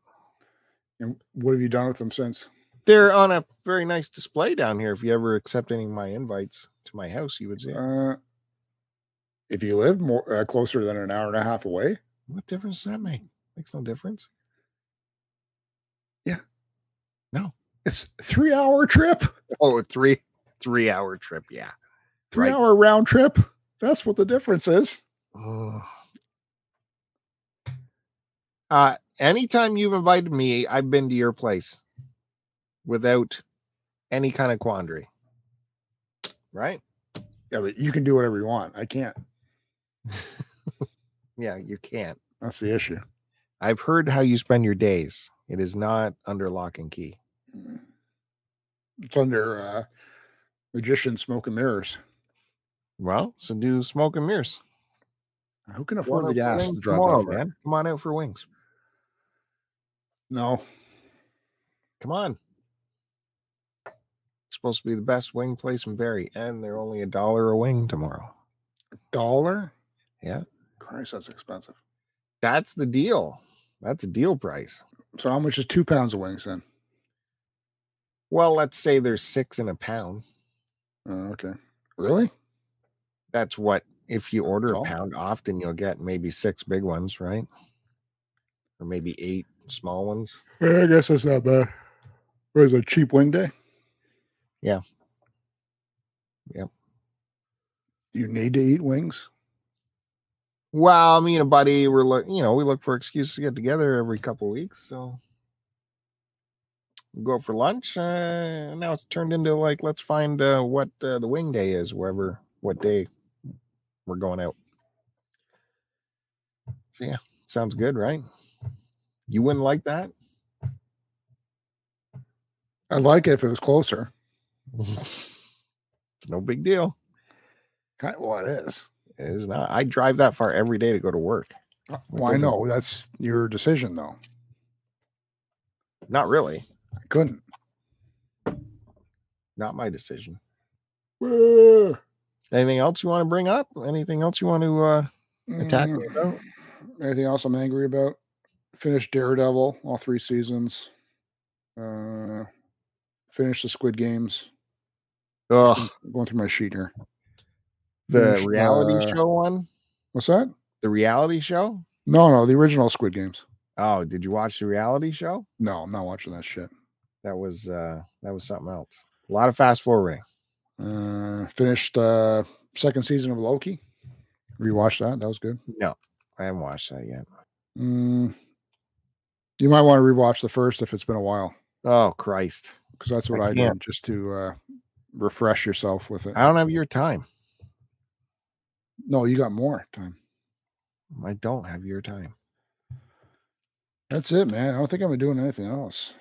B: And what have you done with them since?
A: They're on a very nice display down here. If you ever accept any of my invites to my house, you would see. it.
B: Uh, if you live more uh, closer than an hour and a half away,
A: what difference does that make? Makes no difference.
B: it's a three hour trip,
A: Oh, a three three hour trip. Yeah.
B: three
A: Right.
B: hour round trip. That's what the difference is.
A: Oh. Uh, anytime you've invited me, I've been to your place without any kind of quandary. Right?
B: Yeah, but you can do whatever you want. I can't.
A: Yeah, you can't.
B: That's the issue.
A: I've heard how you spend your days. It is not under lock and key.
B: It's under uh, magician smoke and mirrors.
A: Well, so do smoke and mirrors.
B: Who can
A: Come on
B: afford the
A: out for
B: gas
A: wings
B: to drive
A: tomorrow,
B: that far?
A: man. Come on out for wings.
B: No,
A: Come on. It's supposed to be the best wing place in Barrie, and they're only a dollar a wing tomorrow.
B: dollar.
A: Yeah.
B: Christ, that's expensive.
A: That's the deal. That's a deal price.
B: So how much is two pounds of wings then?
A: Well, let's say there's six in a pound.
B: Oh, okay. Really?
A: That's what if you order a
B: all?
A: pound often, you'll get maybe six big ones, right? Or maybe eight small ones.
B: Yeah, I guess that's not bad. What is it, cheap wing day?
A: Yeah. Yep.
B: You need to eat wings?
A: Well, me and a buddy, we're look, you know, we look for excuses to get together every couple of weeks. So we go out for lunch. Uh, now it's turned into like, let's find uh, what uh, the wing day is, wherever, what day we're going out. So, yeah, sounds good, right? You wouldn't like that?
B: I'd like it if it was closer.
A: it's no big deal.
B: Kind well, it is.
A: It is not. I drive that far every day to go to work.
B: Uh, Well, I
A: don't-
B: know that's your decision though.
A: Not really.
B: I couldn't.
A: Not my decision.
B: Mm,
A: Anything else you want to bring up? Anything else you want to uh, attack
B: Mm.
A: me about?
B: Anything else I'm angry about? Finished Daredevil, all three seasons. Uh finished the Squid Games.
A: Ugh,
B: going through my sheet here.
A: the
B: Finished,
A: reality
B: uh,
A: show one?
B: What's that?
A: The reality show?
B: No, no, the original Squid Games.
A: Oh, did you watch the reality show?
B: No, I'm not watching that shit.
A: That was uh that was something else. A lot of fast forwarding.
B: Uh, finished uh, second season of Loki. Rewatched that. That was good.
A: No, I haven't watched that yet.
B: Mm, you might want to rewatch the first if it's been a while,
A: Oh Christ.
B: because that's what
A: I
B: I,
A: can't.
B: did just to uh, refresh yourself with it.
A: I don't have your time.
B: No, you got more time.
A: I don't have your time.
B: That's it, man. I don't think I'm doing anything else.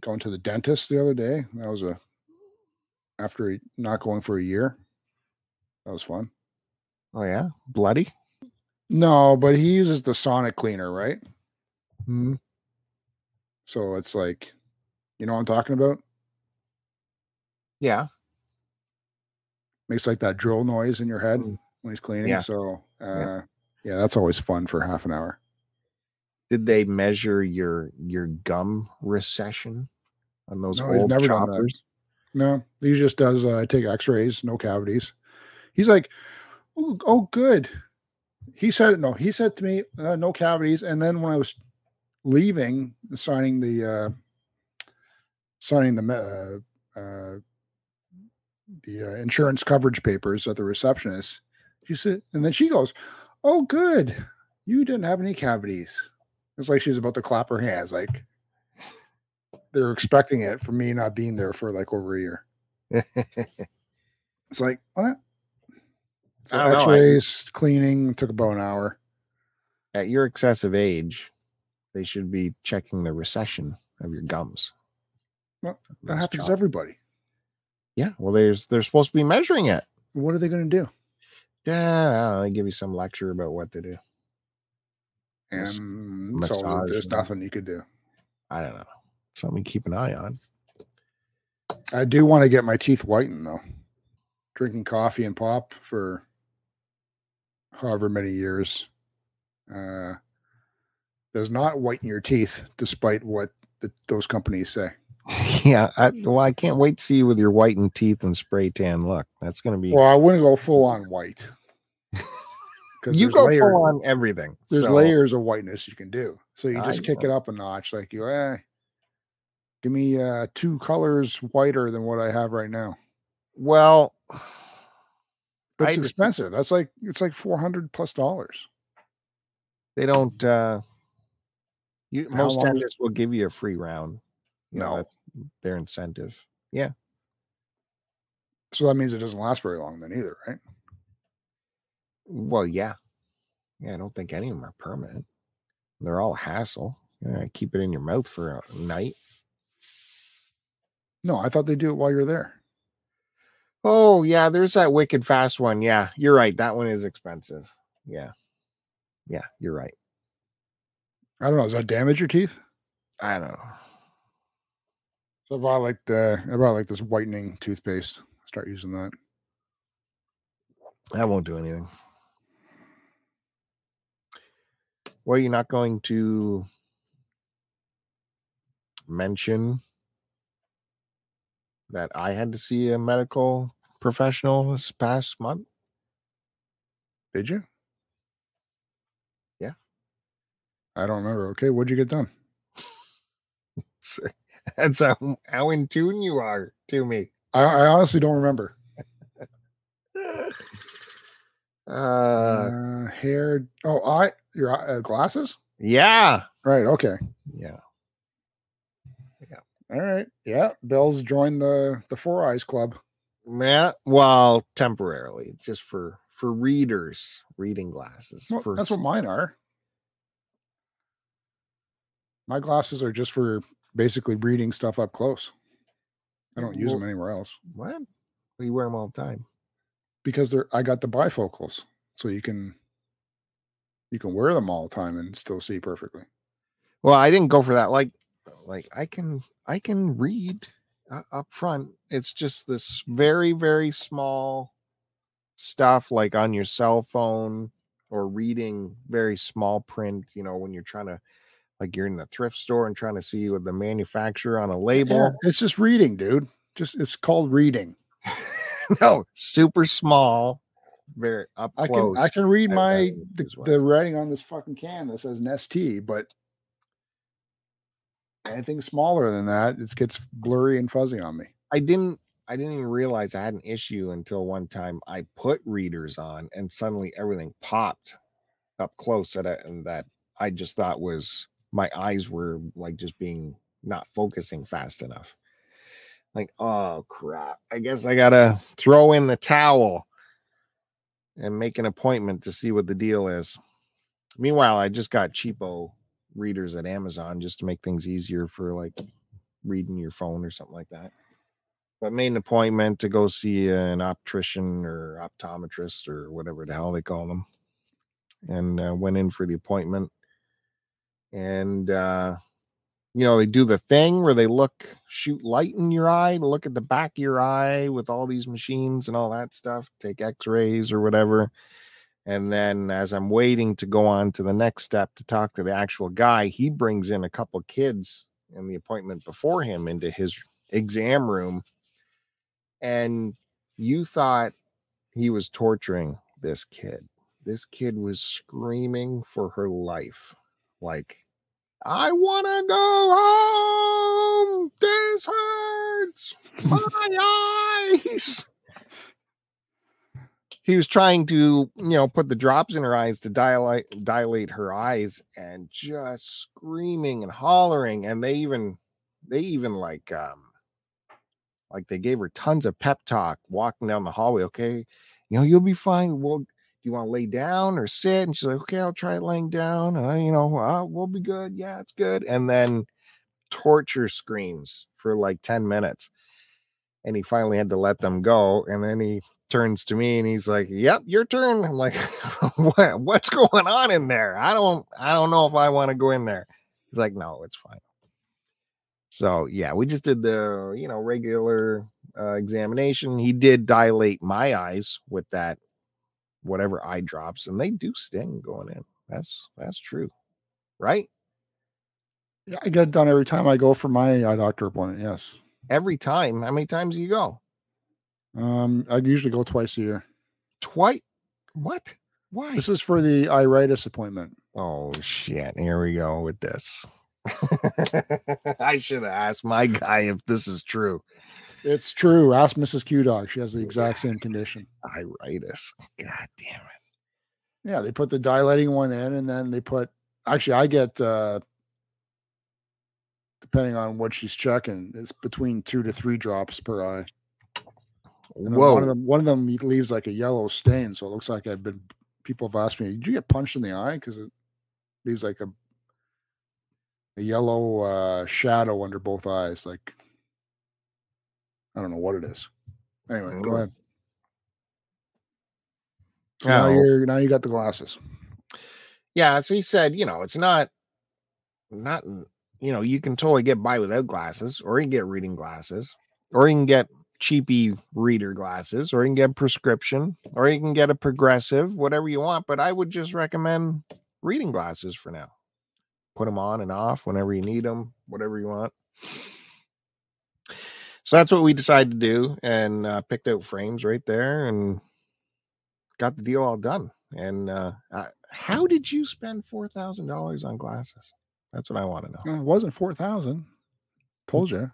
B: Going to the dentist the other day. That was a after a- not going for a year. That was fun.
A: Oh yeah? Bloody?
B: No, but he uses the sonic cleaner, right?
A: Hmm.
B: So it's like, you know what I'm talking about?
A: Yeah.
B: Makes like that drill noise in your head
A: Mm.
B: when he's cleaning.
A: Yeah.
B: So, uh,
A: Yeah.
B: yeah. that's always fun for half an hour.
A: Did they measure your your gum recession on those
B: No, he's
A: old
B: never done that.
A: choppers?
B: No, he just does uh, take X-rays, no cavities. He's like, oh, oh, good. He said no. He said to me, uh, no cavities. And then when I was leaving, signing the uh, signing the me- uh, uh, the uh, insurance coverage papers at the receptionist, she said, and then she goes, "Oh, good. You didn't have any cavities." It's like she's about to clap her hands, like they're expecting it from me not being there for like over a year. It's like what? So
A: I don't know, I-
B: X-rays, cleaning took about an hour.
A: At your excessive age, they should be checking the recession of your gums.
B: Well, That
A: Those
B: happens
A: choppers.
B: to everybody.
A: Yeah, well, there's they're supposed to be measuring it.
B: What are they going to do?
A: Yeah, I don't know, they give you some lecture about what to do. Mas-
B: And so
A: massage
B: there's
A: and-
B: nothing you could do.
A: I don't know. Something to keep an eye on.
B: I do want to get my teeth whitened though. Drinking coffee and pop for however many years uh, does not whiten your teeth, despite what the, those companies say.
A: yeah, I, well, I can't wait to see you with your whitened teeth and spray tan look. That's going to be
B: Well, I wouldn't go full on white. 'Cause
A: you
B: there's
A: go
B: layer-
A: full on everything.
B: there's
A: so-
B: layers of whiteness you can do. So you
A: I
B: just kick
A: know.
B: it up a notch. Like you, eh, give me uh, two colors whiter than what I have right now.
A: Well, I
B: But it's
A: just-
B: expensive. That's like it's like four hundred plus dollars.
A: they don't. uh You
B: How
A: most
B: long-
A: dentists will give you a free round. You know,
B: No.
A: that's their incentive.
B: So that means it doesn't last very long then either, right?
A: Well, yeah, yeah. I don't think any of them are permanent. They're all a hassle. Yeah, keep it in your mouth for a night.
B: No, I thought they do it while you're there.
A: Oh yeah, there's that wicked fast one. Yeah, you're right. That one is expensive. Yeah, yeah, you're right.
B: I don't know. Does that damage your teeth?
A: I don't know.
B: So I bought like the I bought like this whitening toothpaste. Start using that.
A: That won't do anything. Well, you're not going to mention that I had to see a medical professional this past month.
B: Did you?
A: Yeah.
B: I don't remember. Okay, what'd you get done?
A: That's how, how in tune you are to me.
B: I, I honestly don't remember. Uh,
A: Uh,
B: hair. Oh, I your eye- uh, glasses.
A: yeah,
B: Right. Okay.
A: yeah.
B: All right. Yeah. Bill's joined the the Four Eyes Club.
A: Yeah, well, temporarily, just for for readers, reading glasses.
B: Well,
A: for
B: that's what mine are. My glasses are just for basically reading stuff up close. I don't use
A: Well-
B: them anywhere else
A: what? We wear them all the time.
B: because they're I got the bifocals, so you can you can wear them all the time and still see perfectly.
A: Well, I didn't go for that. Like, like I can I can read uh, up front. It's just this very very small stuff, like on your cell phone or reading very small print. You know, when you're trying to, like, you're in the thrift store and trying to see what the manufacturer on a
B: Yeah,
A: label.
B: it's just reading, dude. Just it's called reading.
A: no, super small, very up
B: I
A: close.
B: can I can read
A: I- I
B: my
A: don't
B: the,
A: use ones.
B: the writing on this fucking can that says Nestea, but anything smaller than that, it gets blurry and fuzzy on me.
A: I didn't I didn't even realize I had an issue until one time I put readers on and suddenly everything popped up close that I, and that I just thought was my eyes were like just being not focusing fast enough. Like, oh crap. I guess I got to throw in the towel and make an appointment to see what the deal is. Meanwhile, I just got cheapo readers at Amazon just to make things easier for like reading your phone or something like that but made an appointment to go see an optician or optometrist or whatever the hell they call them and uh, went in for the appointment and uh you know they do the thing where they look shoot light in your eye to look at the back of your eye with all these machines and all that stuff take x-rays or whatever and then as i'm waiting to go on to the next step to talk to the actual guy he brings in a couple kids in the appointment before him into his exam room and you thought he was torturing this kid. This kid was screaming for her life, like, I want to go home. This hurts my eyes. He was trying to, you know, put the drops in her eyes to dilate dilate her eyes and just screaming and hollering. And they even they even like um like they gave her tons of pep talk walking down the hallway. Okay, you know, you'll be fine. Well, do you want to lay down or sit? And she's like, okay, I'll try laying down. Uh, you know, uh, we'll be good. Yeah, it's good. And then torture screams for like 10 minutes. And he finally had to let them go. And then he turns to me and he's like, yep, your turn. I'm like, what, what's going on in there? I don't, I don't know if I want to go in there. He's like, no, it's fine. So yeah, we just did the you know regular uh, examination. He did dilate my eyes with that whatever eye drops, and they do sting going in. That's that's true, right?
B: Yeah, I get it done every time I go for my eye doctor appointment. Yes,
A: Every time. How many times do you go?
B: um, I usually go twice a year.
A: Twice. What? Why?
B: This is for the iritis appointment.
A: Oh shit! Here we go with this. I should have asked my guy if this is true.
B: It's true. Ask Mrs. Q Dog. She has the exact same condition.
A: Iritis. God damn it.
B: Yeah, they put the dilating one in, and then they put. Actually, I get uh, depending on what she's checking, it's between two to three drops per eye. And then
A: Whoa.
B: One of them, one of them leaves like a yellow stain, so it looks like I've been. People have asked me, "Did you get punched in the eye?" Because it leaves like a a yellow uh, shadow under both eyes. Like I don't know what it is. Anyway,
A: Oh.
B: go ahead. So now
A: Oh.
B: you're now you got the glasses.
A: Yeah, so he said, you know, it's not not you know, you can totally get by without glasses, or you can get reading glasses, or you can get cheapy reader glasses, or you can get prescription, or you can get a progressive, whatever you want. But I would just recommend reading glasses for now. Put them on and off whenever you need them, whatever you want. So that's what we decided to do, and uh, picked out frames right there, and got the deal all done. And uh, I, how did you spend four thousand dollars on glasses? That's what I want to know.
B: Uh, It wasn't four thousand. Told you.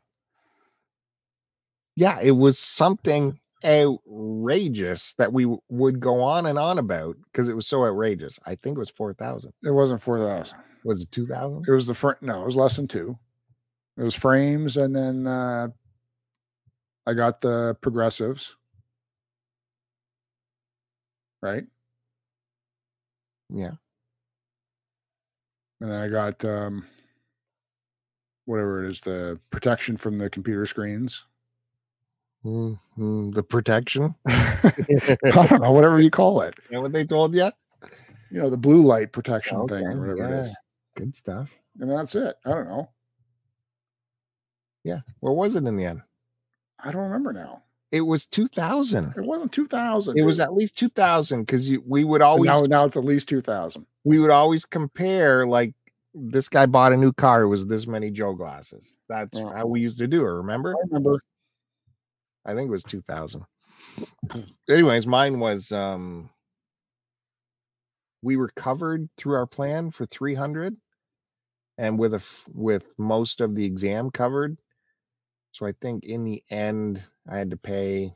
A: Yeah, it was something outrageous that we w- would go on and on about because it was so outrageous. I think it was four thousand.
B: It wasn't four thousand.
A: Was it two thousand?
B: It was the front. No, it was less than two. It was frames, and then uh, I got the progressives. Right,
A: Yeah.
B: and then I got um, whatever it is, the protection from the computer screens.
A: Mhm, The protection.
B: I
A: Is
B: don't know, whatever you call it.
A: that what they told you?
B: You know, the blue light protection thing,
A: Okay,
B: or whatever it is.
A: Good stuff.
B: And that's it. I don't know.
A: Yeah. What was it in the end?
B: I don't remember now.
A: It was two thousand.
B: It wasn't two thousand.
A: It was at least two thousand because we would
B: And
A: always
B: now, now it's at least 2000
A: we would always compare like this guy bought a new car it was this many joe glasses that's
B: Yeah.
A: how we used to do it remember
B: i remember
A: i think it was 2000 anyways mine was um we were covered through our plan for 300 and with a f- with most of the exam covered so i think in the end i had to pay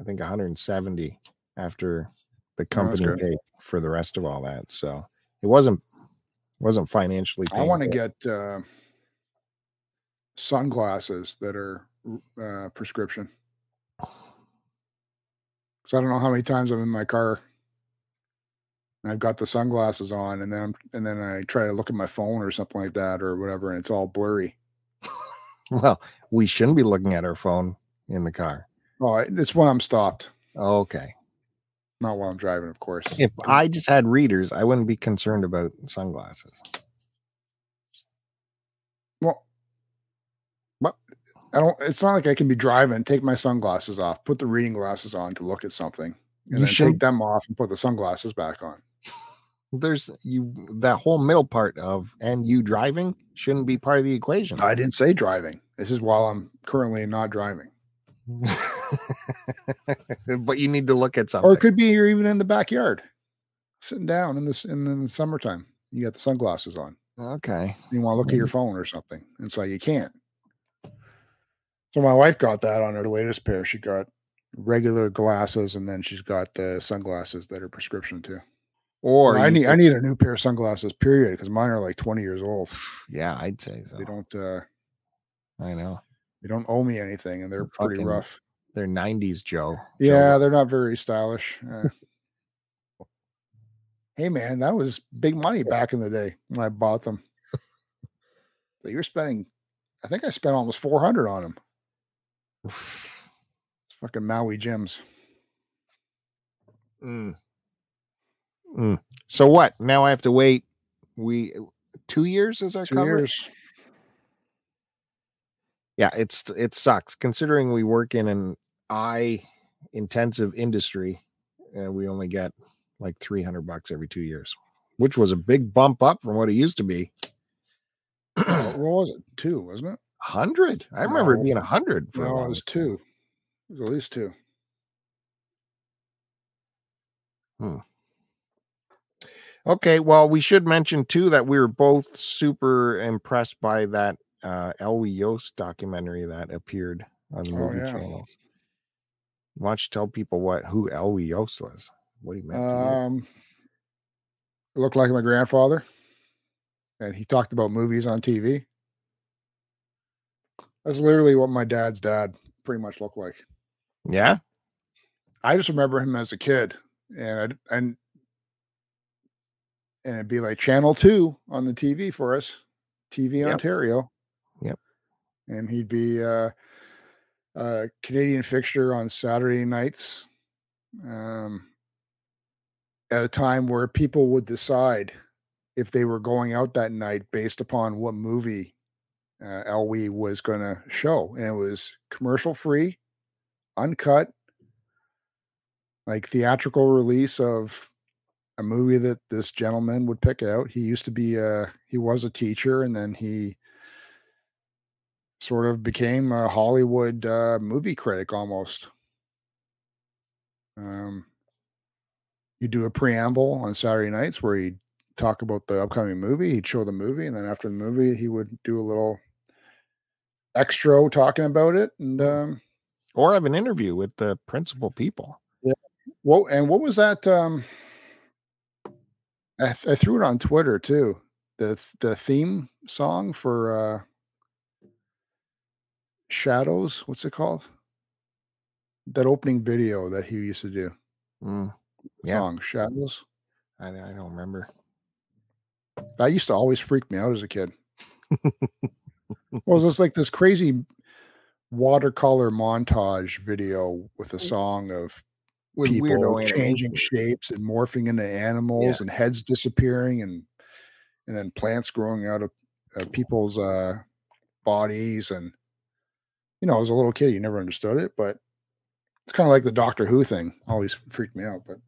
A: i think 170 after the company
B: good.
A: paid for the rest of all that so it wasn't wasn't financially
B: i want to
A: painful.
B: get uh, sunglasses that are uh, prescription because i don't know how many times i'm in my car and i've got the sunglasses on and then I'm, and then i try to look at my phone or something like that or whatever and it's all blurry
A: well we shouldn't be looking at our phone in the car
B: oh it- it's when i'm stopped
A: okay
B: not while i'm driving of course
A: if I just had readers, I wouldn't be concerned about sunglasses.
B: well but i don't it's not like i can be driving take my sunglasses off put the reading glasses on to look at something
A: you
B: and then
A: should
B: take them off and put the sunglasses back on.
A: there's you that whole middle part of and you driving shouldn't be part of the equation.
B: I didn't say driving. This is while I'm currently not driving.
A: but you need to look at something.
B: Or it could be you're even in the backyard, sitting down in this in, the summertime. You got the sunglasses on.
A: okay.
B: You want to look at
A: Mm-hmm.
B: your phone or something. And so you can't. So my wife got that on her latest pair. She got regular glasses and then she's got the sunglasses that are prescription too.
A: Or
B: I
A: you
B: need I
A: could-
B: need a new pair of sunglasses, period, because mine are like 20 years old.
A: yeah, I'd say so.
B: They don't uh
A: I know.
B: they don't owe me anything and they're pretty
A: Fucking
B: rough.
A: They're 90s Joe.
B: Yeah, they're not very stylish. Uh, hey, man, that was big money back in the day when I bought them. But you're spending, I think I spent almost 400 on them.
A: Joe.
B: It's fucking Maui gyms.
A: Mm. Mm. So what? Now I have to wait we 2 years is our
B: Two
A: coverage.
B: years.
A: yeah it's it sucks considering we work in an eye intensive industry and we only get like 300 bucks every two years which was a big bump up from what it used to be
B: Oh, what was it? Two, wasn't it?
A: 100 i remember it
B: No.
A: being 100 for a
B: No, it
A: long
B: was
A: time.
B: two. It was at least two.
A: okay well we should mention too that we were both super impressed by that uh elway yost documentary that appeared on the
B: Oh,
A: movie
B: yeah.
A: channels why don't you tell people what who elway yost was what he meant to do
B: Um, it looked like my grandfather, and he talked about movies on TV. That's literally what my dad's dad pretty much looked like.
A: Yeah.
B: I just remember him as a kid, and I'd, and and it'd be like Channel Two on the TV for us, TV
A: Yep.
B: Ontario.
A: Yep.
B: And he'd be uh, a Canadian fixture on Saturday nights, um, at a time where people would decide if they were going out that night based upon what movie uh, LW was going to show, and it was commercial free, uncut like theatrical release of a movie that this gentleman would pick out. He used to be a he was a teacher and then he sort of became a Hollywood uh, movie critic almost. Um, you do a preamble on Saturday nights where he'd talk about the upcoming movie, he'd show the movie, and then after the movie, he would do a little extra talking about it. And um,
A: Or have an interview with the principal people.
B: Well, and what was that? Um, I, th- I threw it on Twitter too. The th- the theme song for uh, Shadows. What's it called? That opening video that he used to do.
A: Mm, Yeah.
B: Song Shadows.
A: I, I don't remember.
B: That used to always freak me out as a kid. well, it's like this crazy watercolor montage video with a song of
A: With
B: people
A: weirdo
B: changing
A: animation.
B: shapes and morphing into animals and heads disappearing and and then plants growing out of, of people's uh bodies and you know as a little kid you never understood it but it's kind of like the doctor who thing always freaked me out but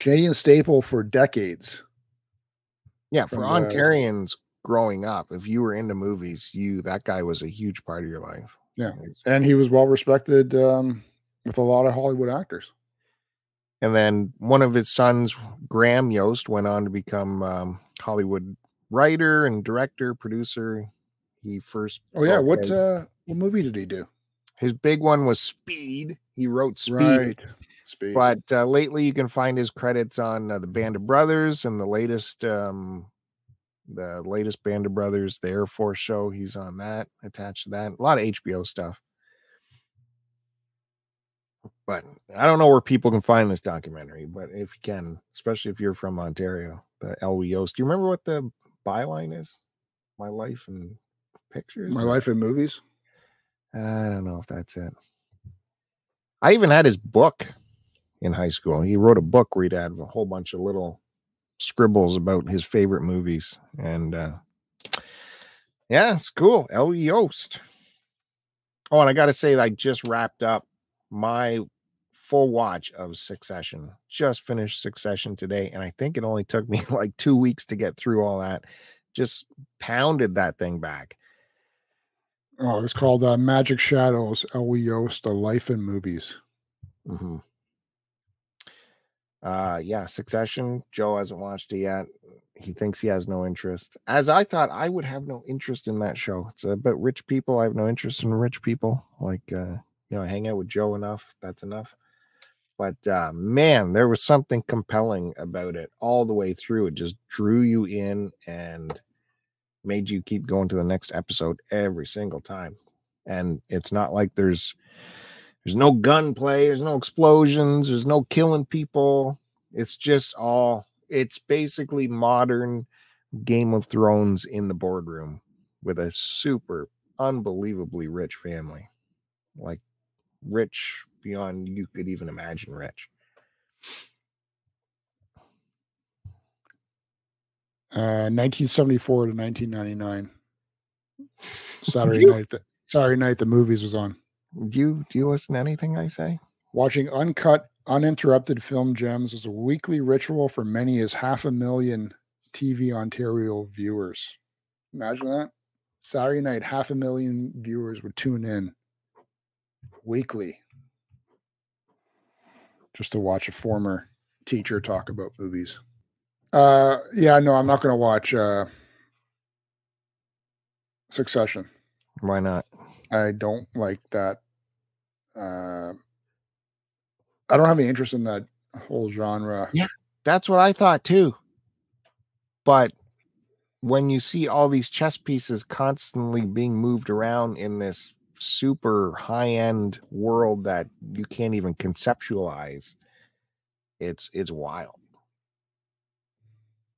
B: canadian staple for decades
A: Yeah, for
B: from the-
A: Ontarians growing up, if you were into movies, you that guy was a huge part of your life.
B: Yeah. and he was well respected um with a lot of hollywood actors
A: And then one of his sons, Graham Yost, went on to become um, Hollywood writer and director, producer. He first
B: oh yeah
A: broke
B: what
A: in-
B: uh what movie did he do
A: his big one was Speed. He wrote Speed,
B: speed
A: but uh, lately you can find his credits on uh, the Band of Brothers and the latest um, the latest Band of Brothers, the Air Force show. He's on that, attached to that. A lot of HBO stuff. But I don't know where people can find this documentary, but if you can, especially if you're from Ontario, the LWOs. Do you remember what the byline is? My life and pictures?
B: my life in movies
A: I don't know if that's it. I even had his book in high school. He wrote a book where he'd had a whole bunch of little scribbles about his favorite movies. And uh yeah, it's cool. El Yost. Oh, and I gotta say, I just wrapped up my full watch of Succession. Just finished Succession today, and I think it only took me like two weeks to get through all that. Just pounded that thing back.
B: Oh, it's called uh, Magic Shadows, Ellie Yost, The Life in Movies.
A: Mm-hmm. Uh, yeah, Succession. Joe hasn't watched it yet. He thinks he has no interest. As I thought, I would have no interest in that show. It's about rich people. I have no interest in rich people. Like, uh, you know, I hang out with Joe enough. That's enough. But uh, man, there was something compelling about it all the way through. It just drew you in and made you keep going to the next episode every single time. And it's not like there's there's no gunplay, there's no explosions, there's no killing people. It's just all it's basically modern Game of Thrones in the boardroom with a super unbelievably rich family. Like rich beyond you could even imagine rich.
B: Uh, 1974 to 1999. Saturday
A: You-
B: night. The, Saturday night, the movies was on.
A: Do you do you listen to anything I say?
B: Watching uncut, uninterrupted film gems is a weekly ritual for many as half a million TV Ontario viewers. Imagine that. Saturday night, half a million viewers would tune in weekly just to watch a former teacher talk about movies. Uh, yeah, no, I'm not going to watch uh, Succession.
A: Why not?
B: I don't like that. Uh, I don't have any interest in that whole genre.
A: Yeah. That's what I thought too. But when you see all these chess pieces constantly being moved around in this super high end world that you can't even conceptualize, it's it's wild.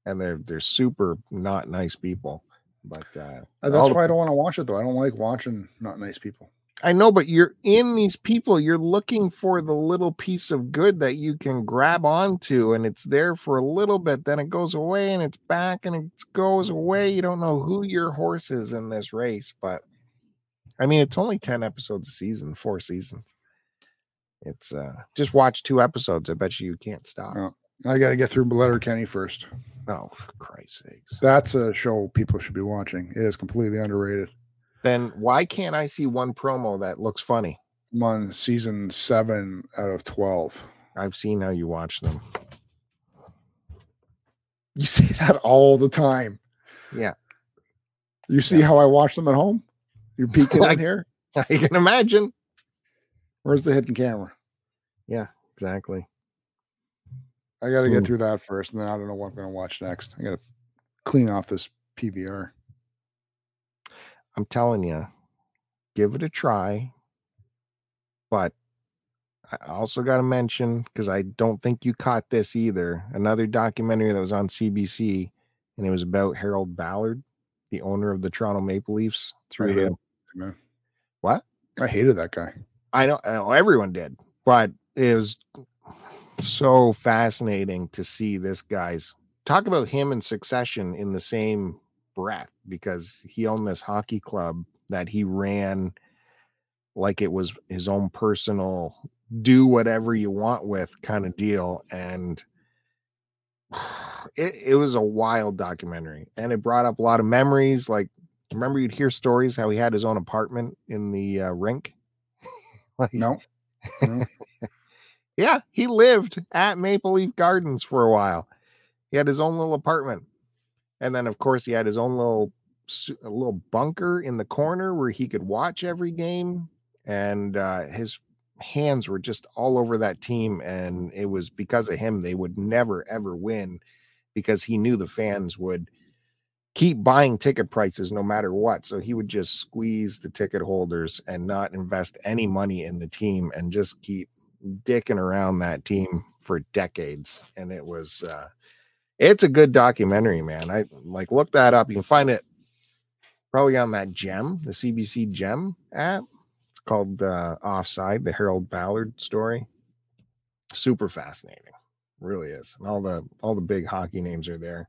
A: And they're they're super not nice people. But uh
B: Uh,
A: all
B: That's
A: the-
B: why I don't want to watch it though. I don't like watching not nice people.
A: I know, but you're in these people, you're looking for the little piece of good that you can grab onto, and it's there for a little bit, then it goes away and it's back and it goes away. You don't know who your horse is in this race, but I mean, it's only 10 episodes a season, four seasons. It's uh just watch two episodes. I bet you you can't stop.
B: Yeah. I got to get through Letter Kenny first.
A: Oh, for Christ's sakes.
B: That's a show people should be watching. It is completely underrated.
A: Then why can't I see one promo that looks funny?
B: I'm on season seven out of twelve.
A: I've seen how you watch them.
B: You see that all the time.
A: Yeah.
B: You see
A: Yeah.
B: how I watch them at home? You peek in
A: Like-
B: here.
A: I can imagine.
B: Where's the hidden camera?
A: Exactly.
B: I got to
A: Ooh.
B: get through that first, and then I don't know what I'm going to watch next. I got to clean off this PBR.
A: I'm telling you, give it a try. But I also got to mention because I don't think you caught this either. Another documentary that was on CBC, and it was about Harold Ballard, the owner of the Toronto Maple Leafs. Through
B: hate
A: the,
B: him. Man.
A: What?
B: I hated that guy.
A: I don't. Oh, everyone did, but it was so fascinating to see this guy's talk about him and succession in the same breath because he owned this hockey club that he ran like it was his own personal do whatever you want with kind of deal and it, it was a wild documentary and it brought up a lot of memories like remember you'd hear stories how he had his own apartment in the uh, rink like
B: No. no.
A: yeah, he lived at Maple Leaf Gardens for a while. He had his own little apartment. And then of course he had his own little su- a little bunker in the corner where he could watch every game and uh his hands were just all over that team and it was because of him they would never ever win because he knew the fans would keep buying ticket prices no matter what. So he would just squeeze the ticket holders and not invest any money in the team and just keep dicking around that team for decades. And it was, uh, it's a good documentary, man. I like look that up. You can find it probably on that gem, the CBC gem app. It's called uh, Offside, the Harold Ballard story. Super fascinating, really is. And all the all the big hockey names are there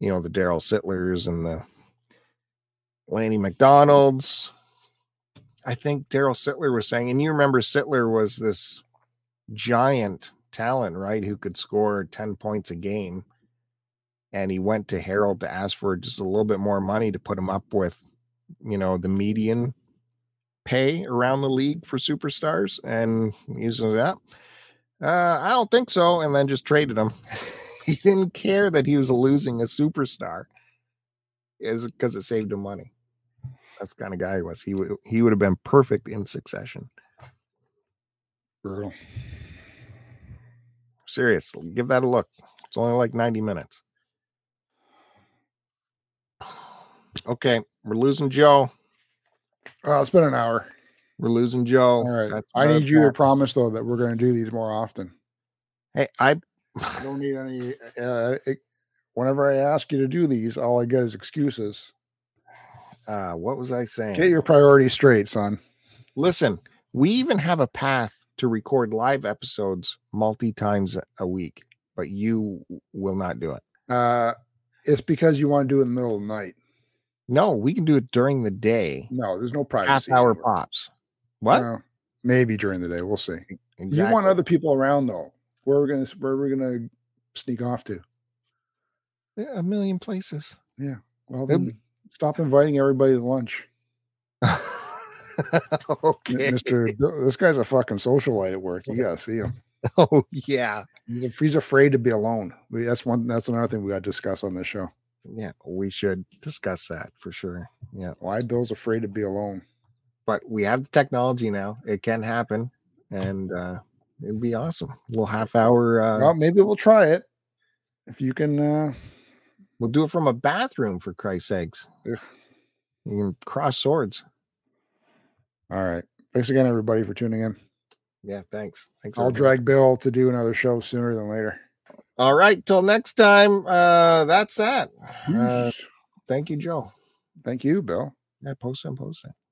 A: you know, the Daryl Sittlers and the Lanny McDonalds. I think Daryl Sittler was saying, and you remember Sittler was this giant talent, right? Who could score 10 points a game. And he went to Harold to ask for just a little bit more money to put him up with, you know, the median pay around the league for superstars. And he's like, yeah, uh, I don't think so. And then just traded him. he didn't care that he was losing a superstar is because it saved him money. That's the kind of guy he was. He would he would have been perfect in succession.
B: Brutal.
A: Serious. Give that a look. It's only like 90 minutes. Okay, we're losing Joe.
B: Oh, it's been an hour.
A: We're losing Joe.
B: All right.
A: That's
B: I
A: about
B: need you to
A: that.
B: promise though that we're going to do these more often.
A: Hey, I
B: I don't need any. Uh, it, whenever I ask you to do these, all I get is excuses.
A: uh what was I saying?
B: Get your priorities straight, son.
A: Listen, we even have a path to record live episodes multi times a week, but you will not do it.
B: Uh, it's because you want to do it in the middle of the night.
A: No, we can do it during the day.
B: No, there's no
A: Half
B: privacy.
A: hour
B: anymore.
A: pops. What?
B: Well, maybe during the day. We'll see.
A: Exactly.
B: You want other people around though. Where we're gonna where we're gonna sneak off to?
A: Yeah, a million places.
B: Well,
A: They'll
B: then stop inviting everybody to lunch, M-
A: okay.
B: Mister. this guy's a fucking socialite at work. You gotta see him.
A: Oh yeah.
B: He's af- he's afraid to be alone. We, that's one. That's another thing we got to discuss on this show.
A: Yeah, we should discuss that for sure. Yeah.
B: Why Bill's afraid to be alone?
A: But we have the technology now. It can happen. And uh it'd be awesome. little half hour uh
B: well, maybe we'll try it if you can uh,
A: We'll do it from a bathroom for Christ's sakes.
B: Ugh.
A: You can cross swords.
B: All right. Thanks again, everybody, for tuning in.
A: Yeah, thanks. Thanks.
B: I'll
A: everybody.
B: drag Bill to do another show sooner than later.
A: All right, till next time. Uh that's that. Uh, thank you, Joe.
B: Thank you, Bill.
A: Yeah, post and post it.